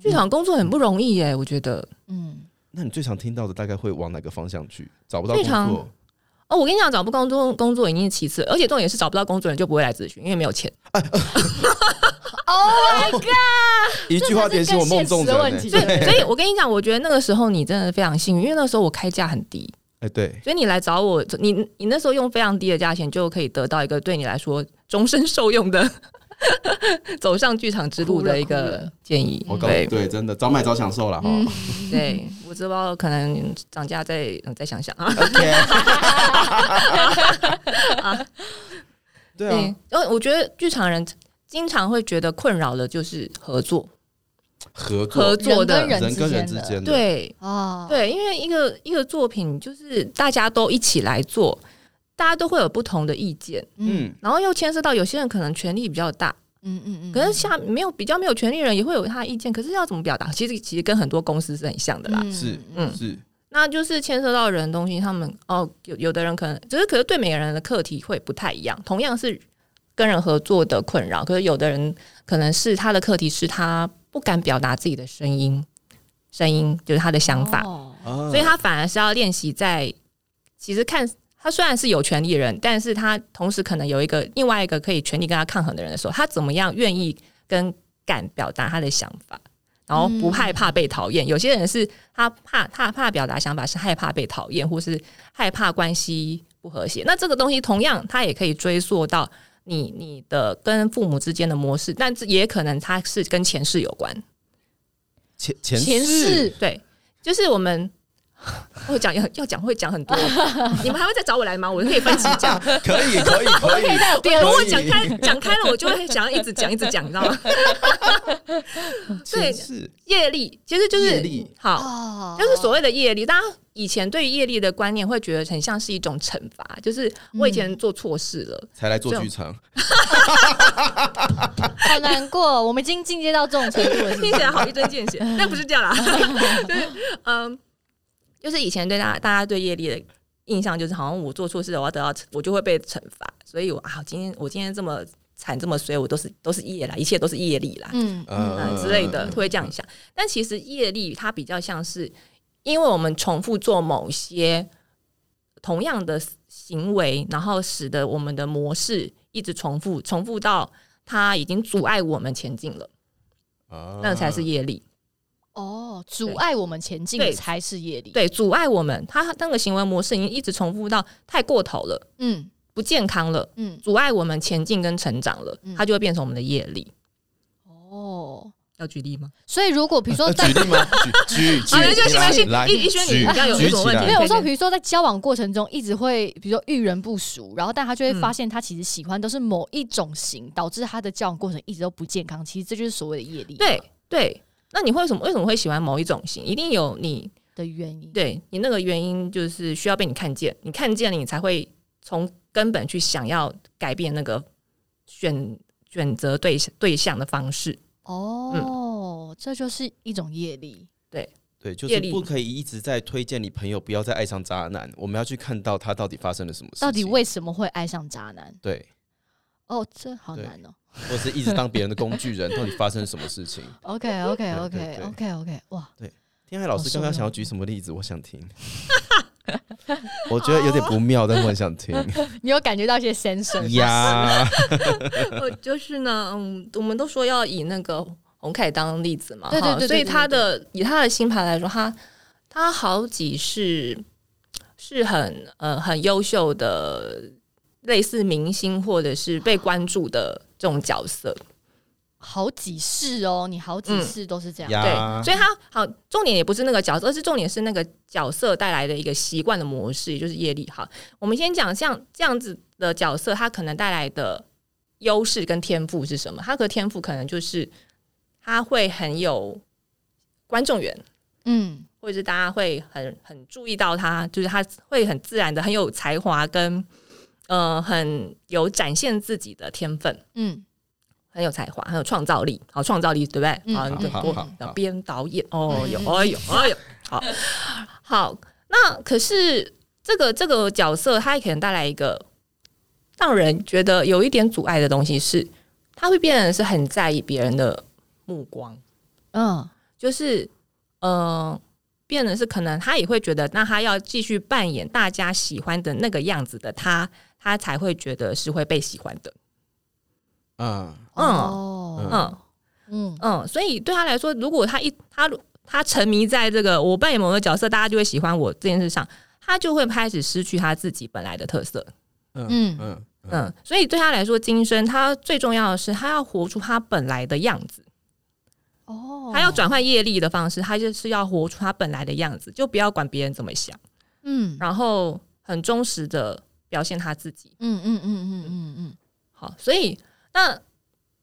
S3: 剧场工作很不容易耶，我觉得。
S2: 嗯，
S1: 那你最常听到的大概会往哪个方向去？找不到
S3: 最
S1: 工
S3: 常
S1: 作
S3: 哦，我跟你讲，找不工作工作已经是其次，而且重点是找不到工作人就不会来咨询，因为没有钱。
S1: 一句话点醒我梦中人、
S2: 这才是更现实
S1: 欸。
S2: 的
S3: 所以
S2: 问，
S3: 所以我跟你讲，我觉得那个时候你真的非常幸运，因为那时候我开价很低，
S1: 哎，对，
S3: 所以你来找我，你你那时候用非常低的价钱就可以得到一个对你来说终身受用的 走上剧场之路
S2: 哭了
S3: 的一
S2: 哭
S3: 个
S2: 了
S3: 建议。
S1: 我告诉你，
S3: 对
S1: 对，真的早买早享受了
S2: 嗯
S1: 哈。
S3: 对，我知道可能涨价再嗯再想想啊。
S1: OK，对啊
S3: 对，，因为我觉得剧场人经常会觉得困扰的就是合作，
S1: 合
S3: 合
S1: 作
S3: 作的
S2: 人
S1: 人跟人之
S2: 之间
S1: 间的，
S3: 对
S2: 啊，
S3: 对，因为一个一个作品就是大家都一起来做，大家都会有不同的意见，
S2: 嗯
S1: 嗯，
S3: 然后又牵涉到有些人可能权力比较大，
S2: 嗯嗯嗯，
S3: 可是下没有比较没有权力的人也会有他的意见，可是要怎么表达？其实其实跟很多公司是很像的啦，
S2: 嗯
S1: 是
S3: 嗯
S1: 是，
S3: 那就是牵涉到人的东西，他们哦，有有的人可能只是，可是对每个人的课题会不太一样。同样是跟人合作的困扰，可是有的人可能是他的课题是他不敢表达自己的声音，声音就是他的想法，
S2: 哦
S1: 啊
S3: 所以他反而是要练习在其实看他虽然是有权利人，但是他同时可能有一个另外一个可以权力跟他抗衡的人的时候，他怎么样愿意跟敢表达他的想法，然后不害怕被讨厌。有些人是他怕他怕表达想法，是害怕被讨厌，或是害怕关系不和谐。那这个东西同样，他也可以追溯到。你你的跟父母之间的模式，但是也可能他是跟前世有关，
S1: 前前
S2: 前世
S3: 对，就是我们 我讲要要讲会讲很 多，你们还会再找我来吗？我可以分析讲。
S1: 可以可以可以，
S2: 第二
S3: 如果
S1: 可以
S3: 讲开讲开了，我就会想要一直讲一直讲，你知道 吗？
S1: 前
S3: 对
S1: 世
S3: 业力其实就是
S1: 业力
S3: 好，
S2: 哦
S3: 就是所谓的业力。大家以前对于业力的观念会觉得很像是一种惩罚，就是我以
S1: 嗯
S3: 前做错事了，
S1: 才来做
S3: 这种
S1: 剧场，
S2: 哦好难过，我们已经进阶到这种程度了，是不
S3: 听
S2: 是
S3: 起来好一针见血，但不是这样啦，就是嗯，就是以前对大家大家对业力的印象就是好像我做错事了，我要得到惩我就会被惩罚，所以我啊，今天我今天这么惨这么衰，我都是都是业啦，一切都是业力啦，
S2: 嗯
S3: 嗯
S1: 呃
S3: 之类的，会这样想。但其实业力它比较像是，因为我们重复做某些同样的行为，然后使得我们的模式一直重复，重复到它已经阻碍我们前进了，
S1: 啊
S3: 那才是业力。
S2: 哦，阻碍我们前进的
S3: 对
S2: 才是业力。，
S3: 对，阻碍我们，它那个行为模式已经一直重复到太过头了，
S2: 嗯
S3: 不健康了。
S2: 嗯，
S3: 阻碍我们前进跟成长了
S2: 嗯，
S3: 它就会变成我们的业力。
S2: 哦，
S3: 要举例吗？
S2: 所以如果比如说
S1: 呃
S2: 在
S1: 举例吗？举举举，
S3: 啊没关系没关系
S1: 来
S3: 一一轩你
S1: 举
S3: 比较有
S1: 举
S3: 有什么
S1: 起
S3: 问题
S1: 来
S2: 没有，我说
S3: 对对
S2: 比如说在交往过程中一直会，比如说遇人不淑，然后但他就会
S3: 嗯
S2: 发现他其实喜欢都是某一种型，导致他的交往过程一直都不健康。其实这就是所谓的业力
S3: 对对，那你会什么？为什么会喜欢某一种型？一定有你
S2: 的原因。
S3: 对你那个原因，就是需要被你看见，你看见了，你才会从根本去想要改变那个选选择对象对象的方式。嗯
S2: 哦，这就是一种业力。
S1: 对，就
S3: 业
S1: 是
S3: 力
S1: 不可以一直在推荐你朋友不要再爱上渣男，我们要去看到他到底发生了什么事情，
S2: 到底为什么会爱上渣男？
S1: 对，
S2: 哦，这好
S1: 对
S2: 难哦。
S1: 或者是一直当别人的工具人，到底发生了什么事情？
S2: 哦 OK OK
S1: 对
S2: OK
S1: 对对
S2: OK OK，哇，
S1: 天海老师
S2: 好
S1: 刚刚
S2: 受
S1: 想要
S2: 用
S1: 举什么例子？我想 听，我觉得有点不妙，但我很想 听
S2: 你有感觉到一些 sensor 啊
S1: 呀。
S3: 呃，就是呢，嗯，我们都说要以那个红凯当例子嘛，
S2: 对对
S3: 哈
S2: 对对
S3: 所
S2: 对
S3: 以他
S2: 对
S3: 的以他的星盘来说，他他好几是是很呃很优秀的，类似明星或者是被关注的这种角色，
S2: 好几世哦，你好几
S3: 嗯
S2: 世都是这样。
S1: 呀
S3: 对，所以他好重点也不是那个角色，而是重点是那个角色带来的一个习惯的模式，也就是业力。哈，我们先讲像这样子的角色，他可能带来的优势跟天赋是什么？他的天赋可能就是他会很有观众缘，
S2: 嗯，
S3: 或者是大家会很很注意到他，就是他会很自然的很有才华跟呃很有展现自己的天分。
S2: 嗯
S3: 很有才华，很有创造力，好创造力，对不对？
S2: 嗯
S3: 好，你就
S1: 好
S3: 多
S1: 好好
S3: 编导演，哦
S2: 嗯
S3: 有，哎呦，哎呦，好好。那可是这个这个角色，他也可能带来一个让人觉得有一点阻碍的东西是，他会变成是很在意别人的目光，
S2: 嗯，
S3: 就是呃，变成是可能他也会觉得，那他要继续扮演大家喜欢的那个样子的他，他才会觉得是会被喜欢的。
S1: 嗯，
S3: 嗯
S2: 哦，
S3: 嗯，
S2: 嗯
S3: 嗯，所以对他来说，如果他一他他沉迷在这个我扮演某个角色，大家就会喜欢我这件事上，他就会开始失去他自己本来的特色。
S1: 嗯
S2: 嗯
S1: 嗯嗯，
S3: 嗯，所以对他来说，今生他最重要的是，他要活出他本来的样子，
S2: 哦，
S3: 他要转换业力的方式，他就是要活出他本来的样子，就不要管别人怎么想，
S2: 嗯，
S3: 然后很忠实的表现他自己。
S2: 嗯嗯嗯嗯嗯嗯
S3: 好，所以那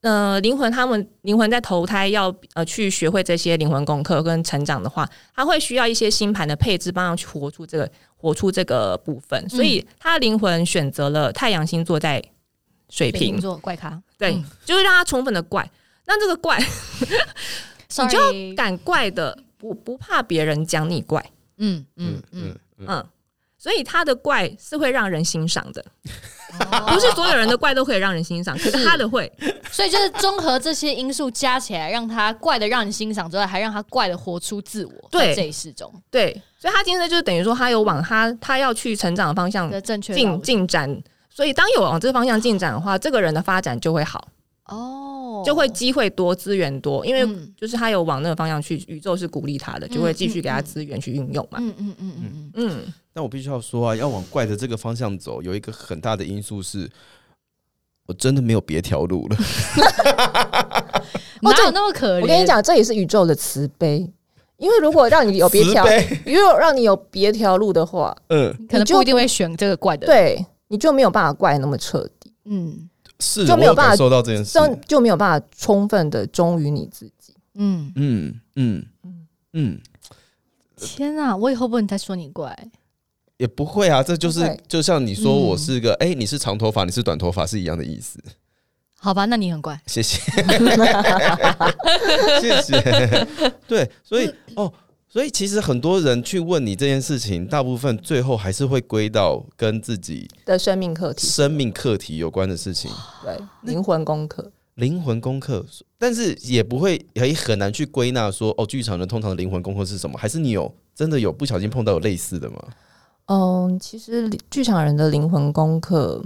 S3: 呃，灵魂他们灵魂在投胎要呃去学会这些灵魂功课跟成长的话，他会需要一些星盘的配置，帮他去活出这个活出这个部分。所以他的灵魂选择了太阳星座在水
S2: 嗯，水
S3: 瓶
S2: 瓶，座怪咖，
S3: 对，
S2: 嗯
S3: 就是让他充分的怪。那这个怪
S2: 你
S3: 敢怪的，不不怕别人讲你怪，
S2: 嗯
S1: 嗯
S2: 嗯嗯，
S1: 嗯嗯，
S3: 嗯。所以他的怪是会让人欣赏的，不
S2: 不
S3: 是所有人的怪都可以让人欣赏，可是他的会，
S2: 所以就是综合这些因素加起来，让他怪的让你欣赏之外，还让他怪的活出自我，在
S3: 对
S2: 这一世中
S3: 对，所以他今天就是等于说，他有往他他要去成长的方向
S2: 的正确道
S3: 进
S2: 路
S3: 进展。所以，当有往这个方向进展的话，这个人的发展就会好，
S2: 哦，
S3: 就会机会多、资源多，因为
S2: 嗯
S3: 就是他有往那个方向去，宇宙是鼓励他的，就会继续给他资源去运用嘛。
S2: 嗯嗯嗯嗯嗯，
S3: 嗯，
S1: 但我必须要说啊，要往怪的这个方向走，有一个很大的因素是，我真的没有别条路了。
S2: 哪
S3: 我跟
S2: 哦有那么可怜？
S3: 我跟你，讲，这也是宇宙的慈悲，因为如果让 你有别条
S1: 慈，悲
S3: 如果让你有别条路的话，
S1: 嗯，
S2: 可能不一定会选这个怪的，，
S3: 对，你就没有办法怪那么彻底，
S2: 嗯
S1: 是
S3: 就没有
S1: 我
S3: 办法
S1: 感受到这件事
S3: 这。样就没有办法充分的忠于你自己。
S2: 嗯，
S1: 嗯嗯嗯，
S2: 天啊，我以后不能再说你怪，
S1: 也不会啊，这就是
S3: 不会
S1: 就像你说我
S2: 嗯
S1: 是个哎、你是长头发，你是短头发是一样的意思。
S2: 好吧？那你很怪，
S1: 谢谢，谢谢。对，所以哦，所以其实很多人去问你这件事情，大部分最后还是会归到跟自己
S3: 的生命课题，
S1: 生命课题有关的事情，
S3: 对灵魂功课，
S1: 灵魂功课。但是也不会也很难去归纳说，哦，剧场人通常的灵魂功课是什么？还是你有真的有不小心碰到有类似的吗？
S3: 嗯，其实剧场人的灵魂功课，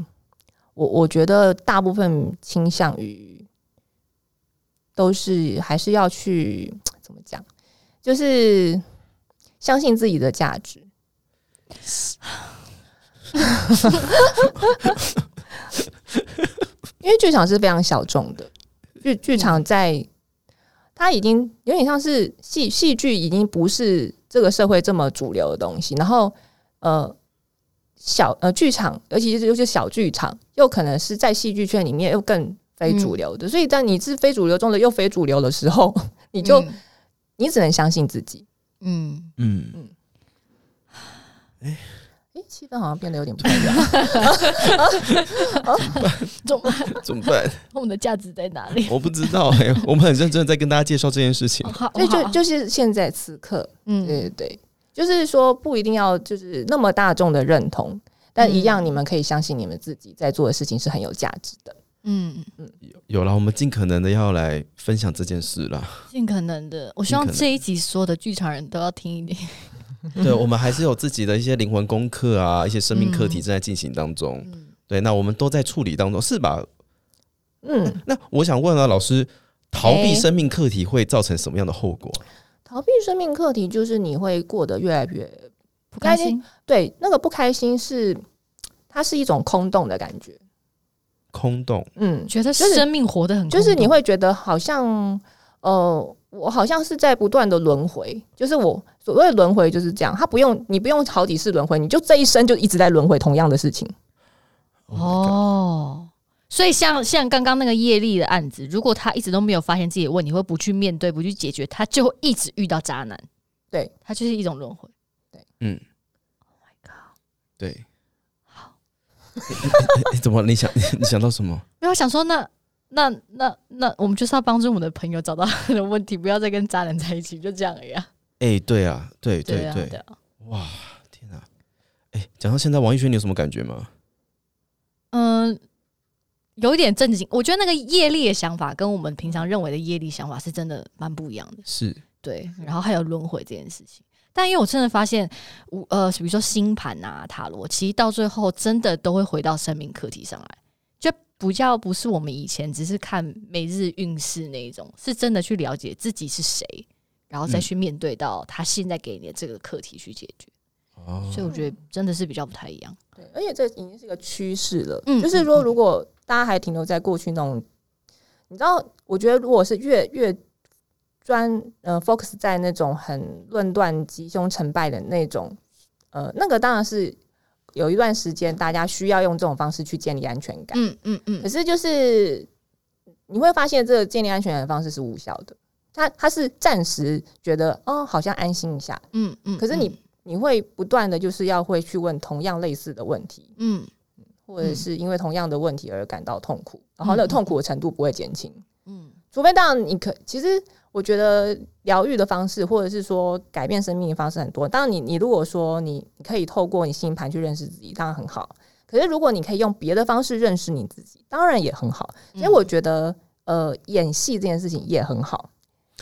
S3: 我我觉得大部分倾向于都是还是要去怎么讲，就是相信自己的价值。 因为剧场是非常小众的，剧剧场在它已经有点像是戏戏剧已经不是这个社会这么主流的东西，然后呃小呃剧场，尤其是尤其是小剧场，又可能是在戏剧圈里面又更非主流的，所以在你是非主流中的又非主流的时候， 你就、
S2: 嗯
S3: 你只能相信自己。
S2: 嗯，
S1: 嗯，
S3: 诶，气氛好像变得有点不一 样。
S2: 怎 么办？
S1: 怎么嗯办？
S2: 我们的价值在哪里？
S1: 我不知道哎、我们很认真的在跟大家介绍这件事情
S2: 哦。好，
S3: 所以就
S2: 好
S3: 就是现在此刻，
S2: 嗯
S3: 对对对，就是说不一定要就是那么大众的认同，但一样你们可以相信你们自己在做的事情是很有价值的。
S2: 嗯，
S1: 有了，我们尽可能的要来分享这件事啦。
S2: 尽可能的，我希
S1: 尽
S2: 望
S1: 可能
S2: 这一集所有的剧场人都要听一点。
S1: 对，我们还是有自己的一些灵魂功课啊，一些生命课题
S2: 嗯
S1: 正在进行当中。
S2: 嗯，
S1: 对，那我们都在处理当中，是吧？
S3: 嗯，
S1: 那我想问啊，老师，逃避
S3: 哎
S1: 生命课题会造成什么样的后果？
S3: 逃避生命课题就是你会过得越来越
S2: 不开心，
S3: 对那个不开心是，它是一种空洞的感觉。
S1: 空洞，
S3: 嗯，
S2: 觉得
S3: 就是
S2: 生命活得很空洞，
S3: 就是你会觉得好像，呃，我好像是在不断的轮回，就是我所谓的轮回就是这样，它不用你不用好几次轮回，你就这一生就一直在轮回同样的事情。
S1: Oh my god，
S2: 哦。所以像像刚刚那个业力的案子，如果他一直都没有发现自己的问题，或不去面对、不去解决，他就会一直遇到渣男。
S3: 对，
S2: 他就是一种轮回。
S1: 嗯，
S2: Oh my god！
S1: 对。 好，你怎么？你想你想到什么？
S2: 没有我想说那。那那那，我们就是要帮助我们的朋友找到他的问题，不要再跟渣男在一起，就这样而已啊。
S1: 哎、对啊，对对
S2: 啊，
S1: 对，
S2: 对啊。
S1: 哇，天啊！哎、讲到现在，王一轩，你有什么感觉吗？
S2: 嗯，有一点正经，我觉得那个业力的想法跟我们平常认为的业力想法是真的蛮不一样的。
S1: 是，
S2: 对，然后还有轮回这件事情。但因为我真的发现，我呃，比如说星盘啊、塔罗，其实到最后真的都会回到生命课题上来，就比较不是我们以前只是看每日运势那一种，是真的去了解自己是谁，然后再
S1: 嗯
S2: 去面对到他现在给你的这个课题去解决。
S1: 哦
S2: 所以我觉得真的是比较不太一样。
S3: 对，而且这已经是一个趋势了。
S2: 嗯
S3: 就是说，如果大家还停留在过去那种，你知道，我觉得如果是越越专呃 focus 在那种很论断、吉凶成败的那种，呃，那个当然是有一段时间大家需要用这种方式去建立安全感。
S2: 嗯嗯
S3: 可
S2: 嗯，
S3: 是就是你会发现，这个建立安全感的方式是无效的。它它是暂时觉得哦，好像安心一下，
S2: 嗯嗯。
S3: 可是你你会不断的就是要会去问同样类似的问题，
S2: 嗯
S3: 或者是因为同样的问题而感到痛苦，然
S2: 嗯
S3: 后那
S2: 嗯
S3: 个痛苦的程度不会减轻，
S2: 嗯
S3: 除非当然你可，其实我觉得疗愈的方式，或者是说改变生命的方式很多。当然你，你如果说你你可以透过你星盘去认识自己，当然很好。可是如果你可以用别的方式认识你自己，当然也很好。所以
S2: 嗯
S3: 我觉得，呃，演戏这件事情也很好，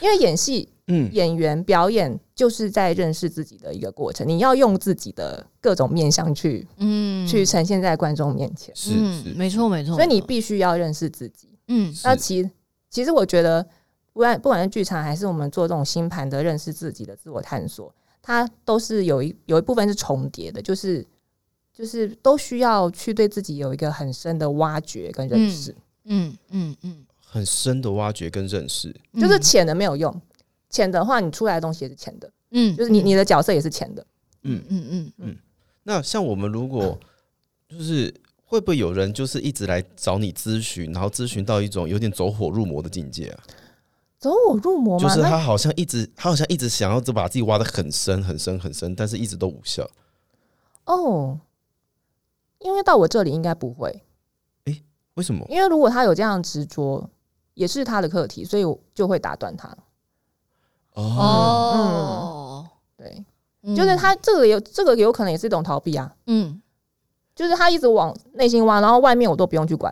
S3: 因为演戏
S1: 嗯，
S3: 演员表演就是在认识自己的一个过程，你要用自己的各种面相去
S2: 嗯
S3: 去嗯呈现在观众面前。
S1: 是是，
S2: 没错没错。
S3: 所以你
S2: 没错
S3: 必须要认识自己。
S2: 嗯
S1: 嗯
S3: 那
S1: 是，
S3: 其其实我觉得，不管不管是剧场还是我们做这种星盘的认识自己的自我探索，它都是有一有一部分是重叠的，就是就是都需要去对自己有一个很深的挖掘跟认识，
S2: 嗯嗯嗯，
S1: 很深的挖掘跟认识。
S2: 嗯
S3: 就是浅的没有用，浅的话你出来的东西也是浅的，
S2: 嗯，
S3: 就是你
S2: 嗯
S3: 你的角色也是浅的。
S1: 嗯，
S2: 嗯嗯
S1: 那像我们如果就是会不会有人就是一直来找你咨询，然后咨询到一种有点走火入魔的境界啊？
S3: 走火入魔
S1: 就
S3: 嘛，
S1: 是
S3: 那
S1: 他好像一直他好像一直想要就把自己挖得很深很深很深，但是一直都无效。
S3: 哦，因为到我这里应该不会，
S1: 为什么？
S3: 因为如果他有这样的执着，也是他的课题，所以我就会打断他。
S1: 哦，
S2: 哦，
S3: 对，
S2: 嗯
S3: 就是他这个有这个有可能也是一种逃避啊，
S2: 嗯，
S3: 就是他一直往内心挖，然后外面我都不用去管，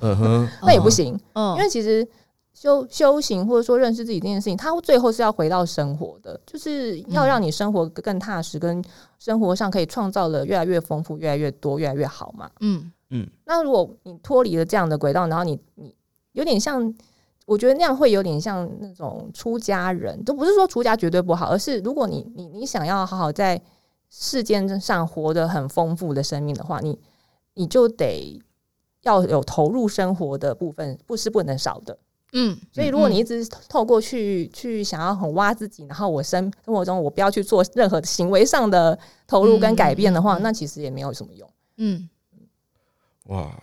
S1: 嗯哼，
S3: 那也不
S2: 哦，
S3: 行，
S2: 嗯，
S3: 因为其实修修行或者说认识自己这件事情，它最后是要回到生活的，就是
S2: 嗯
S3: 要让你生活更踏实，跟生活上可以创造的越来越丰富、越来越多、越来越好嘛。
S2: 嗯
S3: 那如果你脱离了这样的轨道，然后你你有点像，我觉得那样会有点像那种出家人，都不是说出家绝对不好，而是如果你你你想要好好在世间上活得很丰富的生命的话，你你就得要有投入生活的部分，不是不能少的。
S2: 嗯
S3: 所以，如果你一直透过去去想要很挖自己，然后我生生活中我不要去做任何行为上的投入跟改变的
S2: 嗯嗯
S3: 话，
S2: 嗯嗯
S3: 那其实也没有什么用。
S2: 嗯，
S1: 哇，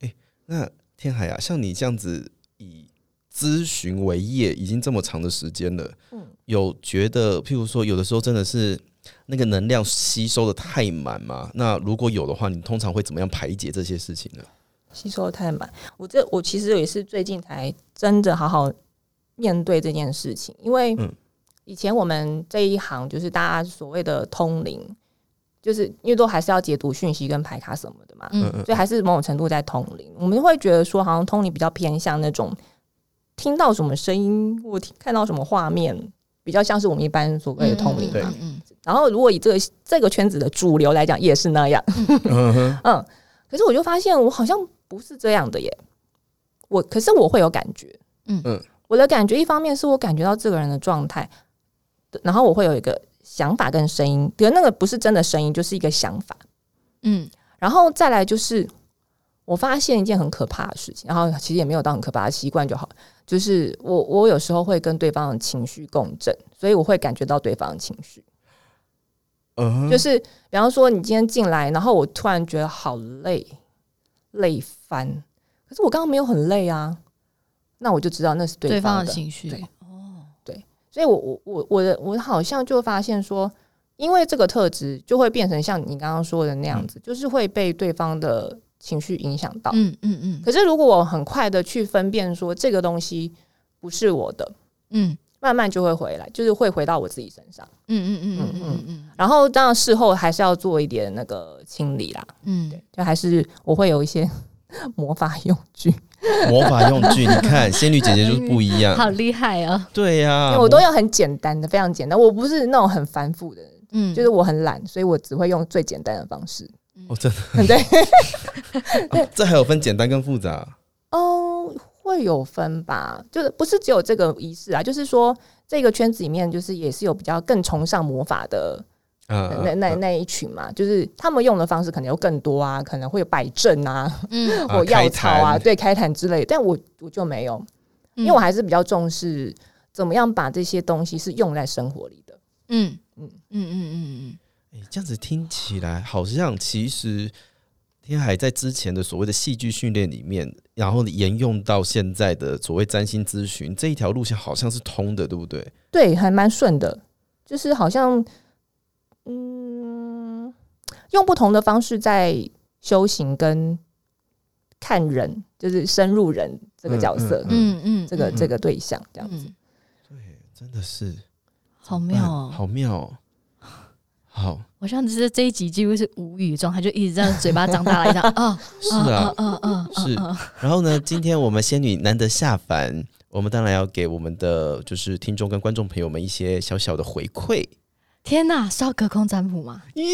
S1: 哎、那天海啊，像你这样子以咨询为业已经这么长的时间了，
S3: 嗯
S1: 有觉得譬如说有的时候真的是那个能量吸收的太满吗？那如果有的话，你通常会怎么样排解这些事情呢？
S3: 吸收得太满，我这我其实也是最近才真的好好面对这件事情，因为
S1: 嗯
S3: 以前我们这一行就是大家所谓的通灵，就是因为都还是要解读讯息跟排卡什么的嘛，
S2: 嗯
S1: 嗯
S3: 所以还是某种程度在通灵。我们会觉得说，好像通灵比较偏向那种听到什么声音或听看到什么画面，比较像是我们一般所谓的通灵
S1: 对
S3: 嘛。
S2: 嗯
S3: 然后，如果以这个这个圈子的主流来讲，也是那样。
S1: 嗯哼，
S3: 嗯，可是我就发现我好像不是这样的耶。我可是我会有感觉，
S2: 嗯
S1: 嗯，
S3: 我的感觉一方面是我感觉到这个人的状态，然后我会有一个想法跟声音，可是那个不是真的声音，就是一个想法。
S2: 嗯
S3: 然后再来就是，我发现一件很可怕的事情，然后其实也没有到很可怕，习惯就好。就是我我有时候会跟对方的情绪共振，所以我会感觉到对方的情绪。
S1: 嗯哼，
S3: 就是比方说，你今天进来，然后我突然觉得好累，累翻。可是我刚刚没有很累啊，那我就知道那是
S2: 对
S3: 方
S2: 方
S3: 的
S2: 的情绪，
S3: 对所以我我我我的我好像就发现说，因为这个特质就会变成像你刚刚说的那样子，就是会被对方的情绪影响到。
S2: 嗯嗯嗯
S3: 可是如果我很快的去分辨说这个东西不是我的，
S2: 嗯
S3: 慢慢就会回来，就是会回到我自己身上。
S2: 嗯嗯嗯嗯嗯
S3: 然后当然事后还是要做一点那个清理啦，
S2: 嗯
S3: 对，就还是我会有一些 魔法用具，
S1: 嗯魔法用具，你看仙女姐姐就是不一
S2: 嗯，好
S1: 样，
S2: 厉害
S3: 哦
S2: 啊，
S1: 对呀、
S3: 因为我都要很简单的，非常简单。我不是那种很繁复的人，
S2: 嗯，
S3: 就是我很懒，所以我只会用最简单的方式。
S1: 哦，真的，
S3: 对，
S1: 啊这还有分简单跟复杂，
S3: 哦，会有分吧，就是不是只有这个仪式啊，就是说这个圈子里面，就是也是有比较更崇尚魔法的
S1: 啊
S3: 那那那一群嘛，就是他们用的方式可能有更多啊，可能会有摆阵啊，
S2: 嗯，
S3: 或药草
S1: 开
S3: 啊，
S1: 坛
S3: 对，开坛之类的。但我我就没有，因为我还是比较重视怎么样把这些东西是用在生活里的。
S2: 嗯嗯嗯嗯嗯
S1: 诶这样子听起来好像其实天海在之前的所谓的戏剧训练里面，然后沿用到现在的所谓占星咨询这一条路线，好像是通的，对不对？
S3: 对，还蛮顺的，就是好像嗯，用不同的方式在修行跟看人，就是深入人这个角色，
S2: 嗯嗯，
S3: 这个这
S1: 嗯
S3: 个对象这样子。
S2: 嗯，
S1: 对，真的是
S2: 好妙
S1: 嗯
S2: 哦，
S1: 好妙哦，好
S2: 我像是这一集几乎是无语状态，就一直这样嘴巴张大了一张， 啊，
S1: 是啊。
S2: 嗯嗯嗯
S1: 然后呢，今天我们仙女难得下凡，我们当然要给我们的就是听众跟观众朋友们一些小小的回馈。
S2: 天哪，是要隔空占卜吗？
S1: 耶！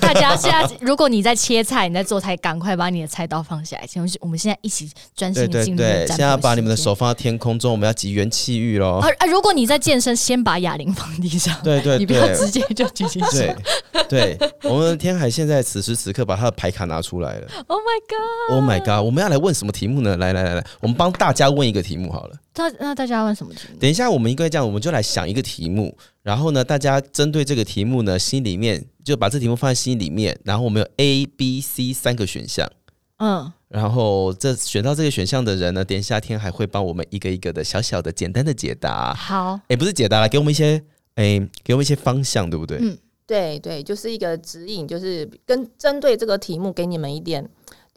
S2: 大家现在，如果你在切菜，你在做菜，赶快把你的菜刀放下来。请问是我们现在一起专
S1: 对
S2: 心
S1: 对
S2: 进入
S1: 对，现在要把你们的
S2: 手。
S1: 手放到天空中，我们要集元气域喽
S2: 啊。啊！如果你在健身，先把哑铃放地上，
S1: 对对对，
S2: 你不要直接就举起手。
S1: 对对，我们天海现在此时此刻把他的牌卡拿出来了。
S2: Oh my god！
S1: Oh my god！我们要来问什么题目呢？来来来来，我们帮大家问一个题目好了。
S2: 那那大家要问什么题目？
S1: 等一下，我们应该这样，我们就来想一个题目，然后呢，大家针对这个题目呢，心里面就把这题目放在心里面，然后我们有 A、B、C 三个选项，
S2: 嗯，
S1: 然后这选到这个选项的人呢，等一下天海会帮我们一个一个的小小的简单的解答，
S2: 好，
S1: 哎，不是解答了，给我们一些，哎，给我们一些方向，对不对？
S2: 嗯
S3: 对对，就是一个指引，就是跟针对这个题目给你们一点，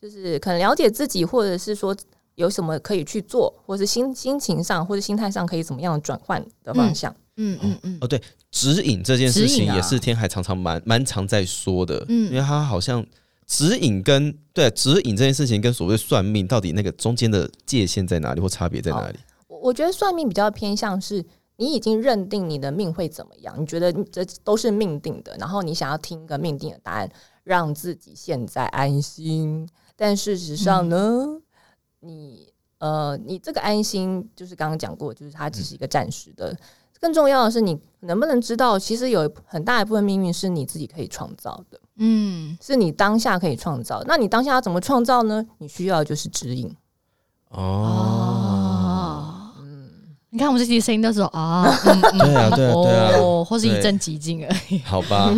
S3: 就是可能了解自己，或者是说有什么可以去做，或是心心情上或者心态上可以怎么样转换的方向。
S2: 嗯嗯嗯，
S1: 哦，对，指引这件事
S2: 指
S1: 情
S2: 引啊
S1: 也是天海常常蛮蛮常在说的，
S2: 嗯
S1: 因为他好像指引跟对指引这件事情跟所谓算命到底那个中间的界限在哪里或差别在哪里？
S3: 我我觉得算命比较偏向是你已经认定你的命会怎么样，你觉得这都是命定的，然后你想要听一个命定的答案，让自己现在安心。但事实上呢，你呃，你这个安心就是刚刚讲过，就是它只是一个暂时的。更重要的是，你能不能知道，其实有一很大一部分命运是你自己可以创造的，
S2: 嗯，
S3: 是你当下可以创造。那你当下要怎么创造呢？你需要的就是指引。
S1: 哦，
S2: 哦，你看我们这集声音都是啊，嗯嗯
S1: 对啊对啊对啊
S2: 哦，或是一
S1: 对
S2: 阵寂静而已。
S1: 好吧，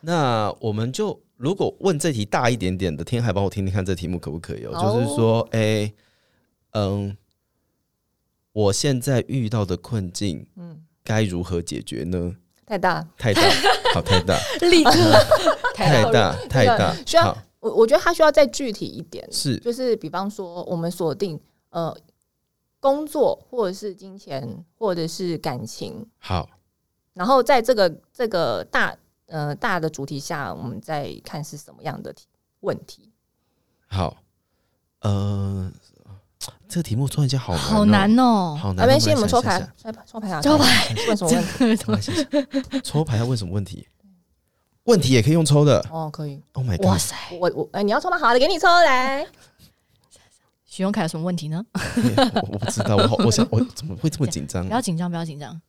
S1: 那我们就如果问这题大一点点的，天海帮我听听看这题目可不可以、哦？
S3: 好
S1: 就是说，哎、嗯，我现在遇到的困境
S3: 嗯，
S1: 该如何解决呢？
S3: 太大，
S1: 太大，好，太大，
S2: 立刻，
S1: 太大，太大，
S3: 需要
S1: 好
S3: 我我觉得它需要再具体一点，
S1: 是
S3: 就是比方说我们锁定呃工作或者是金钱或者是感情，
S1: 好，
S3: 然后在这个这个大呃大的主题下，我们再看是什么样的题问题。
S1: 好，呃，这题目突然间好难、
S2: 好，难哦，
S1: 好
S3: 那
S1: 难。
S3: 边先我
S1: 我
S3: 们抽
S1: 想一
S3: 牌
S1: 下，
S3: 抽牌，抽牌啊，
S2: 抽牌
S3: 问什么 问题？
S1: 我来想想抽牌要问什么问题？问题也可以用抽的。
S3: 哦，可以，
S1: Oh my
S2: 哇
S1: god！
S2: 塞，
S3: 我我哎、你要抽吗？好的，给你抽来。
S2: 许荣凯有什么问题呢？
S3: 嗯
S1: 我我不知道，我好，我想我怎么会这么紧张啊
S2: 不？要紧张，不要紧张。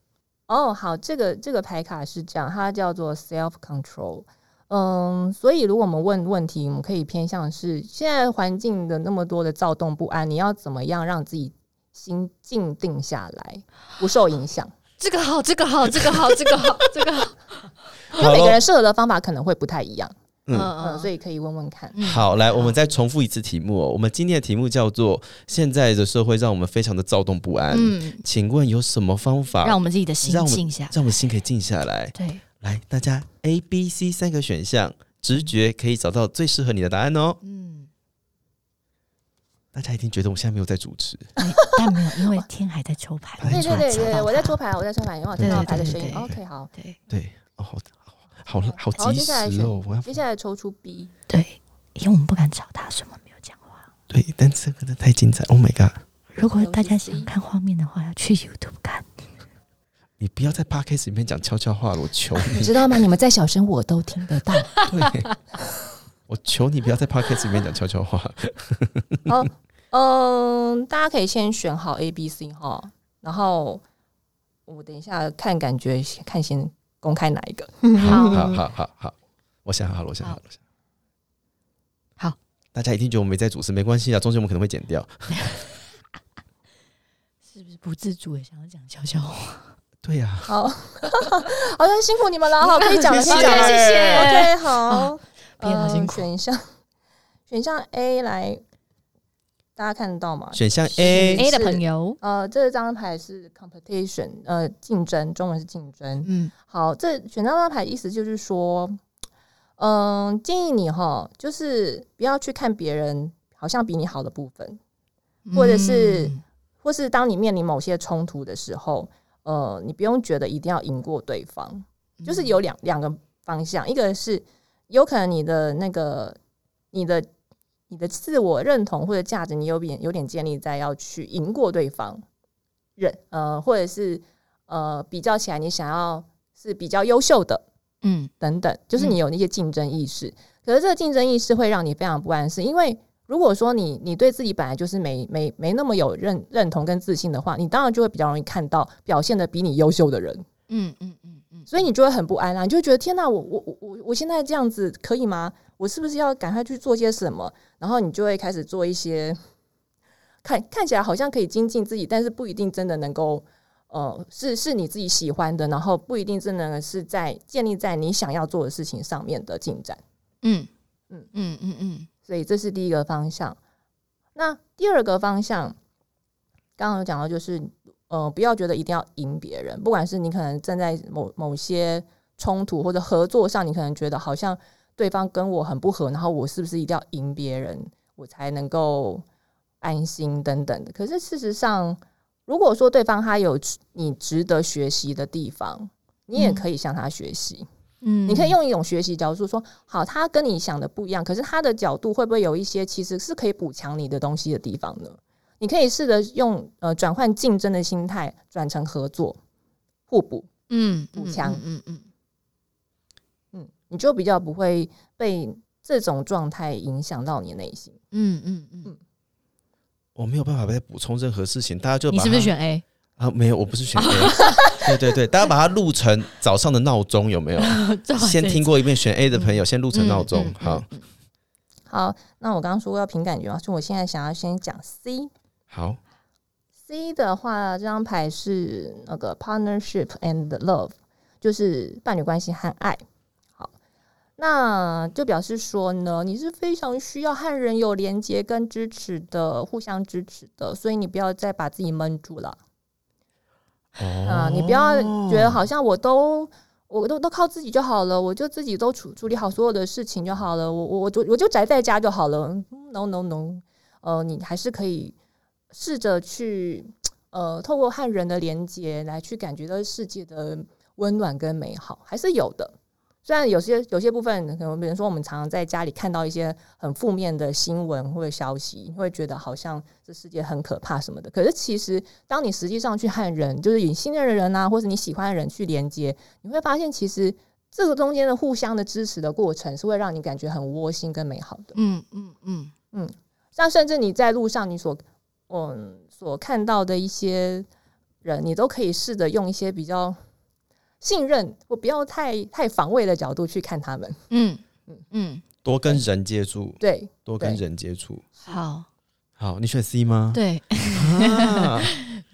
S3: 哦，好，这个这个牌卡是这样，它叫做 self control。嗯，所以如果我们问问题，我们可以偏向是现在环境的那么多的躁动不安，你要怎么样让自己心静定下来，不受 影响？
S2: 这个好，这个好，这个好，这个好，这个好。
S3: 因为每
S1: 咯
S3: 个人适合的方法可能会不太一样，
S1: 嗯
S3: 嗯，所
S2: 以
S3: 以可以问问看。
S1: 好，来，我们再重复一次题目、哦。我们今天的题目叫做“现在的社会让我们非常的躁动不安”。
S2: 嗯，
S1: 请问有什么方法
S2: 让我们自己的心
S1: 让我们
S2: 静下。
S1: 让我们心可以静下来？
S2: 对，
S1: 来，大家 A、B、C 三个选项，直觉可以找到最适合你的答案哦。
S2: 嗯，
S1: 大家一定觉得我现在没有在主持，
S2: 没嗯但没有，因为天还在抽牌。
S1: 对
S3: 对
S1: 抽
S3: 对对
S2: 抽
S3: 对，
S2: 到
S3: 我在
S2: 它
S3: 抽牌，我在抽牌，因为我
S1: 对
S3: 听到
S1: 对
S3: 牌的
S2: 对
S3: 声音。
S2: 对
S3: OK，好，
S2: 对
S1: 对，哦，好好好好
S3: 好
S1: 及
S3: 接下来
S1: 时
S3: 选
S1: 哦，我要
S3: 接下来抽出 B，
S2: 对，因为我们不敢吵他，所以我们没有讲话。
S1: 对，但这个真的太精彩，Oh my god！
S3: 嗯
S2: 如果大家
S3: 有信
S2: 想
S3: 心
S2: 看画面的话，要去 YouTube 看。
S1: 你不要在 podcast 里面讲悄悄话了，我求
S3: 你
S1: 你，
S3: 知道吗？你们再小声我都听得到。
S1: 对，我求你不要在 podcast 里面讲悄悄话。
S3: 好，哦嗯，大家可以先选好 A、B、C 哈，然后我等一下看感觉，看先公开哪一个。
S1: 好
S2: 好
S1: 好好好好，我想好了，我想好了，我想
S2: 好好。
S1: 大家一定觉得我没在主持，没关系啊，中间我们可能会剪掉。
S2: 是不是不自主的想要讲悄悄话？
S1: 对啊呀、
S3: 好，好的，辛苦你们了，好，可以讲了，可以
S1: 谢
S3: 讲
S1: 谢谢
S3: 了，
S1: 谢
S3: OK，好，呃
S2: 变好辛苦
S3: 选项，选项 A 来，大家看得到吗？
S1: 选项 A，
S3: 哎是
S2: A 的朋友，
S3: 呃，这张牌是 competition，呃，竞争，中文是竞争。
S2: 嗯，
S3: 好，这选到那张牌意思就是说，嗯，建议你哈，就是不要去看别人好像比你好的部分，或者是
S2: 嗯
S3: 或是当你面临某些冲突的时候，呃，你不用觉得一定要赢过对方，就是有两两个方向，一个是有可能你的那个你的你的自我认同或者价值，你有点有点建立在要去赢过对方，认呃，或者是呃比较起来，你想要是比较优秀的，
S2: 嗯
S3: 等等，就是你有那些竞争意识。可是这个竞争意识会让你非常不安，是因为如果说你你对自己本来就是没没没那么有认认同跟自信的话，你当然就会比较容易看到表现的比你优秀的人，
S2: 嗯嗯嗯嗯，
S3: 所以你就会很不安啊，你就会觉得天哪，我我我我我现在这样子可以吗？我是不是要赶快去做些什么？然后你就会开始做一些看看起来好像可以精进自己，但是不一定真的能够。呃，是是你自己喜欢的，然后不一定真的是在建立在你想要做的事情上面的进展，
S2: 嗯嗯
S3: 嗯
S2: 嗯嗯嗯，
S3: 所以这是第一个方向。那第二个方向，刚刚有讲到，就是呃，不要觉得一定要赢别人，不管是你可能站在某某些冲突或者合作上，你可能觉得好像对方跟我很不合，然后我是不是一定要赢别人，我才能够安心等等的？可是事实上，如果说对方他有值你值得学习的地方，你也
S2: 嗯
S3: 可以向他学习。
S2: 嗯
S3: 你可以用一种学习角度说，好，他跟你想的不一样，可是他的角度会不会有一些其实是可以补强你的东西的地方呢？你可以试着用呃转换竞争的心态，转成合作、互补，
S2: 嗯
S3: 补强
S2: 嗯嗯
S3: 嗯，你就比较不会被这种状态影响到你的内心。
S2: 嗯嗯嗯嗯，
S1: 我没有办法再补充任何事情，大家就把
S2: 你是 不是
S1: 它
S2: 选 A？
S1: 啊？没有，我不是选 A。对对对，大家把它录成早上的闹钟，有没有？
S3: 哦
S1: 先听过一遍选 A 的
S3: 嗯
S1: 朋友，先录成闹钟。好，，
S3: 好，那我刚刚说要凭感觉嘛，所以我现在想要先讲 C。
S1: 好，
S3: C 的话，这张牌是那个 partnership and love，就是伴侣关系和爱。好，那就表示说呢，你是非常需要和人有连接跟支持的，互相支持的，所以你不要再把自己闷住了。啊、
S1: 哦，
S3: 你不要觉得好像我都我都都靠自己就好了，我就自己都处处理好所有的事情就好了，我我我就我就宅在家就好了。嗯 No no no，呃，你还是可以试着去呃，透过和人的连接来去感觉到世界的温暖跟美好，还是有的。虽然有些有些部分，可能比如说我们常常在家里看到一些很负面的新闻或者消息，你会觉得好像这世界很可怕什么的。可是其实当你实际上去和人，就是你信任的人啊，或者你喜欢的人去连接，你会发现其实这个中间的互相的支持的过程，是会让你感觉很窝心跟美好的。
S2: 嗯嗯嗯
S3: 像甚至你在路上你所嗯所看到的一些人，你都可以试着用一些比较信任或不要太太防卫的角度去看他们。
S2: 嗯嗯嗯，
S1: 多跟人接触，
S3: 对，
S1: 多跟人接触。
S2: 好，
S1: 好，你选 C 吗？
S2: 对
S1: 啊，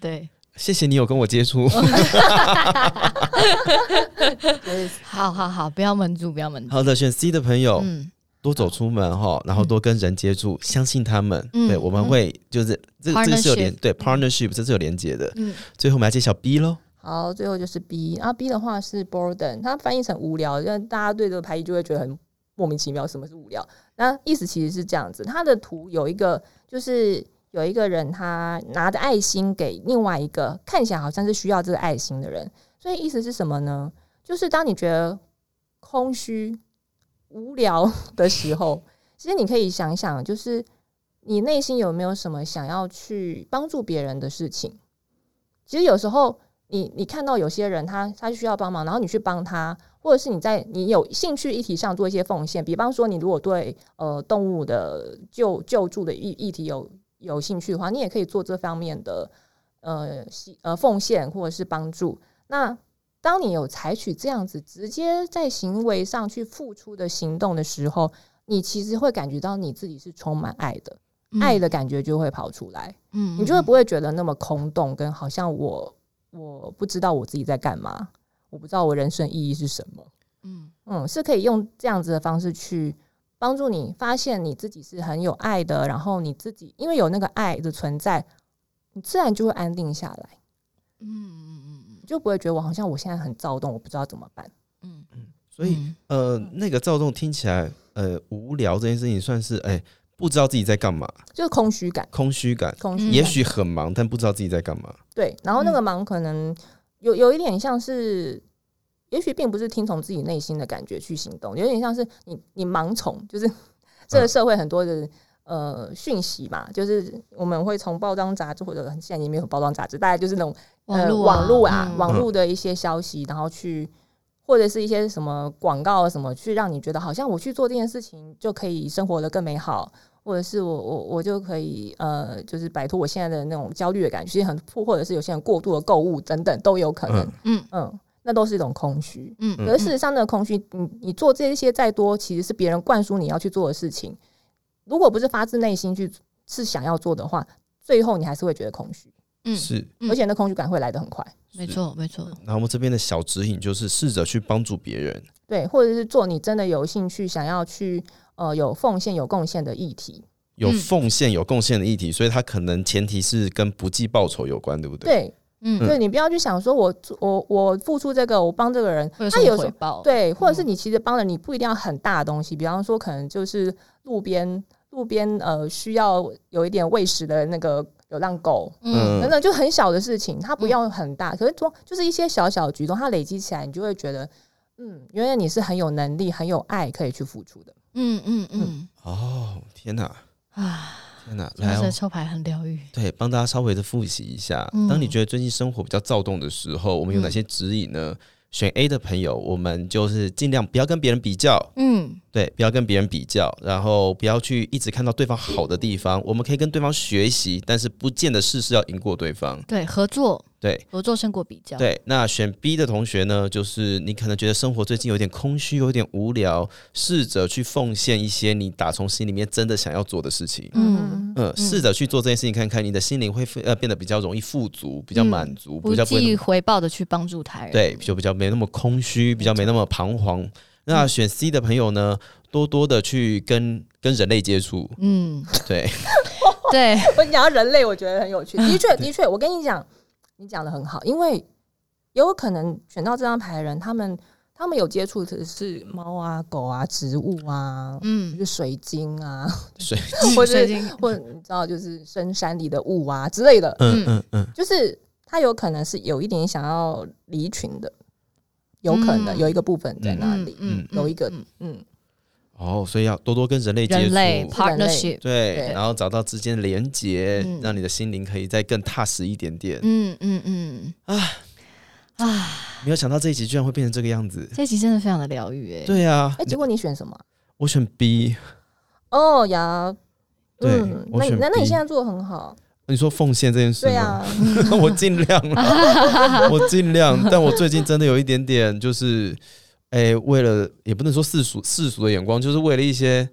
S2: 对，
S1: 谢谢你有跟我接触。
S3: 哦就是
S2: 好好好，不要闷住，不要闷 住，
S1: 好的，选 C 的朋友，
S2: 嗯
S1: 多走出门
S3: 嗯
S1: 哈，然后多跟人接触，相信他们。
S2: 嗯
S1: 对，我们会就是这个这个是有
S2: Partnership
S1: 连对 partnership，这是有连接的。
S2: 嗯
S1: 最后我们来揭晓 B 喽。
S3: 好，最后就是 B，然后 B 的话是 boredom，它翻译成无聊，让大家对这个牌意就会觉得很莫名其妙，什么是无聊？那意思其实是这样子，它的图有一个就是有一个人他拿着爱心给另外一个看起来好像是需要这个爱心的人，所以意思是什么呢？就是当你觉得空虚、无聊 的时候，其实你可以想想，就是你内心有没有什么想要去帮助别人的事情？其实有时候你你看到有些人他他需要帮忙，然后你去帮他，或者是你在你有兴趣议题上做一些奉献，比方说你如果对呃动物的救救助的议议题有有兴趣的话，你也可以做这方面的呃牺呃奉献或者是帮助。那当你有采取这样子直接在行为上去付出的行动的时候，你其实会感觉到你自己是充满爱的，爱的，感觉就会跑出来。
S2: 嗯
S3: 你就会不会觉得那么空洞，跟好像我我不知道我自己在干嘛，我不知道我人生意义是什么。
S2: 嗯
S3: 嗯，是可以用这样子的方式去帮助你发现你自己是很有爱的，然后你自己因为有那个爱的存在，你自然就会安定下来，
S2: 嗯嗯
S3: 你就不会觉得我好像我现在很躁动，我不知道怎么办。
S2: 嗯嗯，
S1: 所以呃，
S3: 嗯
S1: 那个躁动听起来呃无聊这件事情算是哎、不知道自己在干嘛，
S3: 就是空虚感，
S1: 空虚感，
S3: 空虚
S2: 嗯
S3: 感，
S1: 也许很忙，但不知道自己在干嘛。
S3: 对，然后那
S2: 嗯
S3: 个忙可能有有一点像是，也许并不是听从自己内心的感觉去行动，有点像是你你盲从，就是 这个社会很多的、呃讯息嘛，就是我们会从报章杂志或者现在也没有报章杂志，大概就是那种
S2: 网络
S3: 呃、网络啊、
S2: 嗯
S3: 网络的一些消息，然后去。或者是一些什么广告啊什么，去让你觉得好像我去做这件事情就可以生活的更美好，或者是我我我就可以呃，就是摆脱我现在的那种焦虑的感觉，其实很或者是有些人过度的购物等等都有可能，
S2: 嗯
S3: 嗯那都是一种空虚。
S2: 嗯
S1: 嗯
S3: 可是事实上，那个空虚，你你做这些再多，其实是别人灌输你要去做的事情，如果不是发自内心去是想要做的话，最后你还是会觉得空虚，
S2: 嗯，
S1: 是。
S2: 嗯
S3: 而且那空虚感会来得很快。
S2: 没错没错，
S1: 然后我们这边的小指引就是试着去帮助别人。
S3: 对，或者是做你真的有兴趣、想要去呃有奉献、有贡献的议题，
S1: 有
S2: 嗯
S1: 奉献、有贡献的议题，所以它可能前提是跟不计报酬有关，对不对？
S3: 对，
S2: 嗯，
S3: 对你不要去想说我做我我付出这个，我帮这个人，他有时
S2: 回
S3: 候
S2: 报，，嗯
S3: 对，或者是你其实帮了你不一定要很大的东西，比方说可能就是路边路边呃需要有一点喂食的那个流浪狗
S2: 嗯，
S3: 等等，就很小的事情，它不要很大，可是说就是一些小小的举动，它累积起来，你就会觉得，嗯，原来你是很有能力、很有爱可以去付出的。
S2: 嗯嗯嗯，
S1: 哦，天哪，
S2: 啊，
S1: 天哪，
S2: 真的
S1: 来
S2: 是
S1: 哦，
S2: 抽牌很疗愈。
S1: 对，帮大家稍微的复习一下。
S2: 嗯
S1: 当你觉得最近生活比较躁动的时候，我们有哪些指引呢？选 A 的朋友，我们就是尽量不要跟别人比较，
S2: 嗯
S1: 对，不要跟别人比较，然后不要去一直看到对方好的地方。我们可以跟对方学习，但是不见得事事要赢过对方。
S2: 对，合作
S1: 对
S2: 合作胜过比较。，
S1: 对，那选 B 的同学呢，就是你可能觉得生活最近有点空虚，有点无聊，试着去奉献一些你打从心里面真的想要做的事情。
S2: 嗯
S3: 嗯，
S1: 嗯，试着去做这件事情，看看你的心灵会呃变得比较容易富足，比较满足，
S2: 嗯不
S1: 比较不会那
S2: 计
S1: 么
S2: 回报的去帮助他人。
S1: 对，就比较没那么空虚，比较没那么彷徨。那
S2: 嗯
S1: 选 C 的朋友呢，多多的去跟跟人类接触，
S2: 嗯，
S1: 对，
S2: 对，
S3: 我讲到人类，我觉得很有趣。的确，的确，我跟你讲，你讲的很好，因为也有可能选到这张牌的人，他们他们有接触的是猫啊、狗啊、植物啊，就
S2: 嗯，
S3: 是水晶啊，
S1: 所以
S3: 或
S2: 水
S3: 者
S2: 晶
S3: 或者你知道，就是深山里的雾啊之类的，
S1: 嗯嗯嗯，
S3: 就是他有可能是有一点想要离群的，有可能
S2: 嗯
S3: 有一个部分在那
S2: 嗯
S3: 里，
S2: 嗯
S3: 有一个
S2: 嗯
S3: 嗯，
S1: 哦，所以要多多跟人类接
S2: 人类
S1: 触。
S2: partnership。
S1: 对，
S3: 对
S1: 然后找到之间的连接，
S2: 嗯
S1: 让你的心灵可以再更踏实一点点。
S2: 嗯嗯嗯，啊啊，
S1: 没有想到这一集居然会变成这个样子。
S2: 这集真的非常的疗愈哎。
S1: 对啊，
S3: 哎，结果你选什么啊？
S1: 我选 B。
S3: 哦呀，
S1: 对
S3: 嗯，
S1: 我
S3: 那你
S1: 选
S3: 那那
S1: B
S3: 你现在做的很好，
S1: 你说奉献这件事
S3: 对
S1: 吗？
S3: 啊，
S1: 我尽量啦， 我尽量。但我最近真的有一点点，就是，哎、为了也不能说世俗世俗的眼光，就是为了一些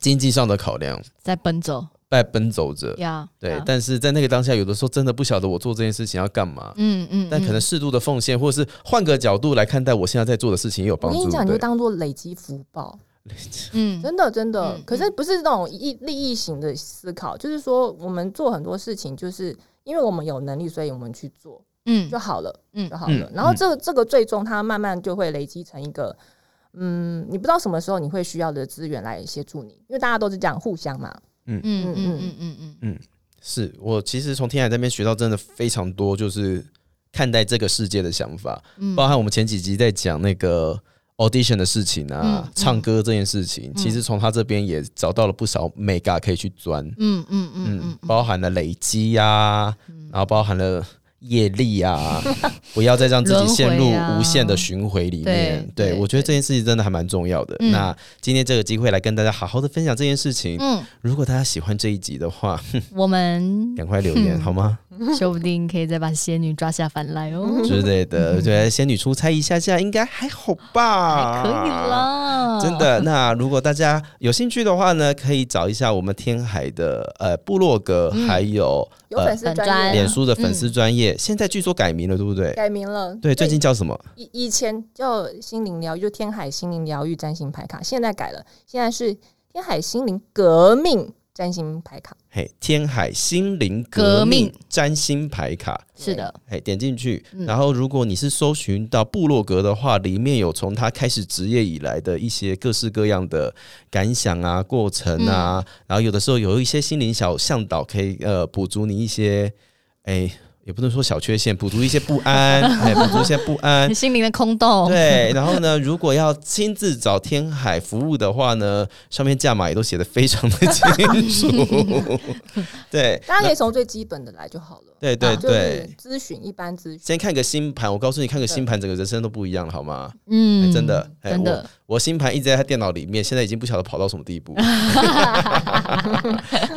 S1: 经济上的考量，
S2: 在奔走
S1: 在奔走着。
S2: 呀，
S1: 对，
S2: 呀
S1: 但是在那个当下，有的时候真的不晓得我做这件事情要干嘛。
S2: 嗯嗯，
S1: 但可能
S2: 嗯
S1: 适度的奉献，或者是换个角度来看待我现在在做的事情，也有
S3: 我
S1: 帮
S3: 跟你
S1: 助。
S3: 讲，你就
S1: 对，
S3: 当做累积福报，
S2: 嗯
S3: 真的真的
S2: 嗯。
S3: 可是不是那种利利益型的思考，就是说我们做很多事情，就是因为我们有能力，所以我们去做
S2: 嗯
S3: 就好了，
S2: 嗯
S3: 就好了
S1: 嗯。
S3: 然后这个这个最终它慢慢就会累积成一个。嗯，你不知道什么时候你会需要的资源来协助你，因为大家都是这样互相嘛。
S2: 嗯嗯
S3: 嗯
S2: 嗯嗯嗯
S1: 是我其实从天海这边学到真的非常多，就是看待这个世界的想法。
S2: 嗯，
S1: 包含我们前几集在讲那个 audition 的事情啊，
S2: 嗯
S1: 唱歌这件事情，其实从他这边也找到了不少 mega 可以去钻，
S2: 嗯嗯嗯
S1: 嗯
S2: 嗯，嗯
S1: 包含了累积呀、啊，然后包含了。业力 啊，不要再让自己陷入
S2: 轮回啊
S1: 无限的巡回里面。
S2: 对
S1: 对
S2: 对
S1: 我觉得这件事情真的还蛮重要的。
S2: 嗯
S1: 那今天这个机会来跟大家好好的分享这件事情。
S2: 嗯，
S1: 如果大家喜欢这一集的话，
S2: 我 们
S1: 赶快留言
S2: 嗯
S1: 好吗？
S2: 说不定可以再把仙女抓下凡来哦，
S3: 嗯
S1: 之类的，我觉得仙女出差一下下应该还好吧？
S2: 还可以啦，
S1: 真，的，那如果大家有兴趣的话呢，可以找一下我们天海的呃部落格，
S2: 嗯
S1: 还有
S3: 有粉
S1: 呃
S3: 丝
S2: 本
S3: 专
S2: 专
S3: 业
S1: 脸书的粉
S2: 嗯
S1: 丝专业。现在据说改名了，对不对？
S3: 改名了，
S1: 对，最近叫什么？
S3: 以以前叫心灵疗愈，就天海心灵疗愈占星牌卡，现在改了，现在是天海心灵革命占星牌卡。
S1: 嘿，天海心灵
S2: 革
S1: 革
S2: 命
S1: 命占星牌卡。
S2: 是的，
S1: 嘿，哎点进去，然后如果你是搜寻到部落格的话，里面有从他开始职业以来的一些各式各样的感想啊、过程啊，然后有的时候有一些心灵小向导可以呃补足你一些，哎，也不能说小缺陷，补足一些不安，哎，补足一些不 安。
S2: 心灵的空洞，
S1: 对，然后呢，如果要亲自找天海服务的话呢，上面价码也都写的非常的 清楚。对，
S3: 大家可以从最基本的来就好了。
S1: 对对
S3: 啊
S1: 对，
S3: 就是咨询一般咨询。
S1: 先看个星盘，我告诉你，看个星盘，整个人生都不一样了，好吗？
S2: 嗯
S1: 哎真的哎
S2: 真的，
S1: 我星盘一直在他电脑里面，现在已经不晓得跑到什么地 步。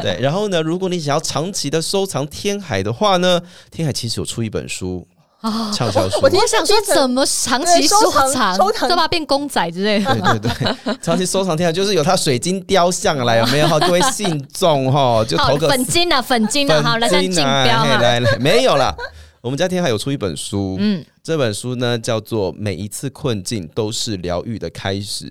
S1: 对，然后呢，如果你想要长期的收藏天海的话呢，天海其实有出一本书， 畅销书。
S3: 我听
S2: 哦我想说
S4: 哦
S2: 怎么长期
S3: 对收藏
S2: 藏，
S3: 收藏
S2: 再把它变公仔之类的，
S1: 对对 对，长期收藏天海就是有他水晶雕像来，有没有？哈，各位信众哈，就
S2: 好
S1: 投个
S2: 粉金啊，粉金啊，好来算
S1: 粉
S2: 竞
S1: 金啊，
S2: 标
S1: 嘿
S2: 哈，
S1: 来来，没有啦。 我们家天海有出一本书，
S2: 嗯，
S1: 这本书呢叫做《每一次困境都是疗愈的开始》。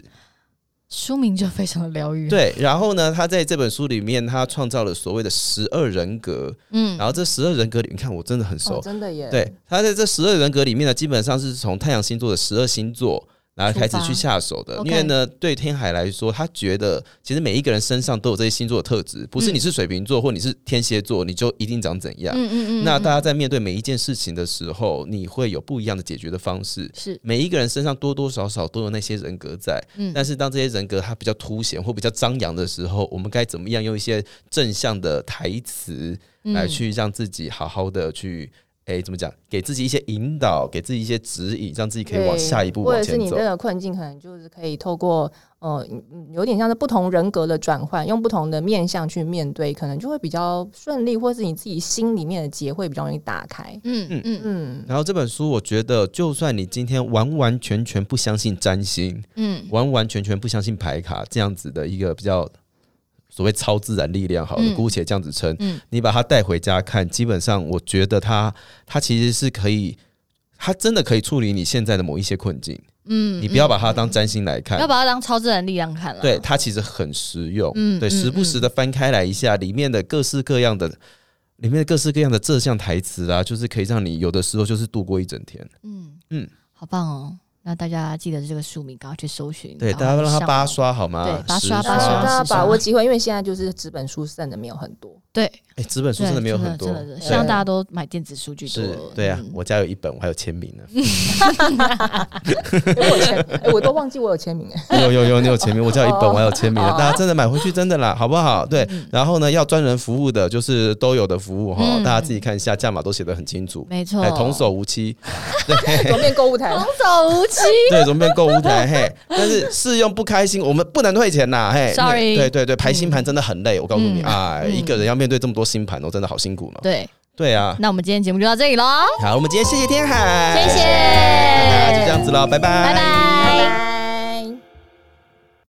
S2: 书名就非常的疗愈，，
S1: 对，然后呢，他在这本书里面，他创造了所谓的十二人格。
S2: 嗯
S1: 然后这十二人格里，你看我真的很熟。
S3: 哦，真的耶。
S1: 对，他在这十二人格里面呢，基本上是从太阳星座的十二星座，然后开始
S2: 出发
S1: 去下手的。
S2: 哦 OK
S1: 因为呢，对天海来说，他觉得其实每一个人身上都有这些星座的特质，不是
S2: 嗯
S1: 你是水瓶座或你是天蝎座，你就一定长怎样。
S2: 嗯嗯嗯，
S1: 那大
S2: 家
S1: 家在面对每一件事情的时候，你会有不一样的解决的方式。
S2: 是
S1: 每一个人身上多多少少都有那些人格在，
S2: 嗯
S1: 但是当这些人格它比较凸显或比较张扬的时候，我们该怎么样用一些正向的台词
S4: 嗯
S1: 来
S2: 嗯
S1: 去让自己好好的去，哎、怎么讲，给自己一些引导，给自己一些指引，让自己可以往
S4: 对
S1: 下一步
S4: 或者
S1: 往
S4: 是
S1: 前
S4: 你
S1: 走
S4: 这。个困境，可能就是可以透过呃，嗯有点像是不同人格的转换，用不同的面向去面对，可能就会比较顺利，或是你自己心里面的结会比较容易打开。
S2: 嗯嗯
S4: 嗯，
S1: 然后这本书，我觉得就算你今天完完全全不相信占星，
S2: 嗯
S1: 完完全全不相信牌卡这样子的一个比较所谓超自然力量，好了，
S2: 嗯
S1: 姑且这样子称，
S2: 嗯
S1: 你把它带回家看，基本上我觉得它它其实是可以，它真的可以处理你现在的某一些困境，
S2: 嗯，
S1: 你不要把它当占星来看。
S2: 要把它当超自然力量看了，
S1: 对，它其实很实用，
S2: 嗯
S1: 对，
S2: 嗯
S1: 时不时的翻开来一下，里面的各式各样的，里面的各式各样的这项台词啊，就是可以让你有的时候就是度过一整天。
S2: 嗯
S1: 嗯
S2: 嗯，好棒哦！那大家记得这个书名，赶快去搜寻，
S1: 对，
S2: 赶
S1: 大家
S2: 快去
S1: 让它
S2: 上
S1: 八
S2: 网，
S1: 刷好吗
S2: 对？八
S1: 十
S2: 刷
S4: 大
S2: 八刷刷
S4: 家
S2: 是
S4: 把
S2: 啊
S4: 握机会，因为现在就是纸本书剩的没有很多。
S2: 对，
S1: 哎，纸本书
S2: 对
S1: 真的没有很多
S2: 真的真，的
S1: 对
S2: 希望大家都买电子书居多
S1: 是。对啊
S2: 嗯，
S1: 我家有一本，我还有签名呢。
S4: 哎我有签，哎我都忘记我有签名哎。
S1: 有有有，你有签名，我叫一本，
S4: 哦
S1: 我有签名的，
S4: 哦
S1: 大家真的买回去真的啦，好不好？对，然后呢，要专人服务的，就是都有的服务哈，
S2: 嗯
S1: 大家自己看一下，价码都写得很清楚，
S2: 没错
S1: 哎，，童叟无欺，
S4: 左面购物台
S2: 童叟无欺，
S1: 对，怎么变购物台？嘿，但是试用不开心，我们不能退钱呐，嘿
S2: Sorry
S1: 对对对，排星盘真的很累，我告诉你，
S2: 嗯
S1: 哎，
S2: 嗯
S1: 一个人要面对这么多星盘哦，真的好辛苦呢。
S2: 对，
S1: 对啊，
S2: 那我们今天节目就到这里喽，
S1: 好，我们今天谢谢天海，
S2: 谢谢，
S1: 那大家就这样子喽，拜拜，
S2: 拜拜。
S4: 拜拜。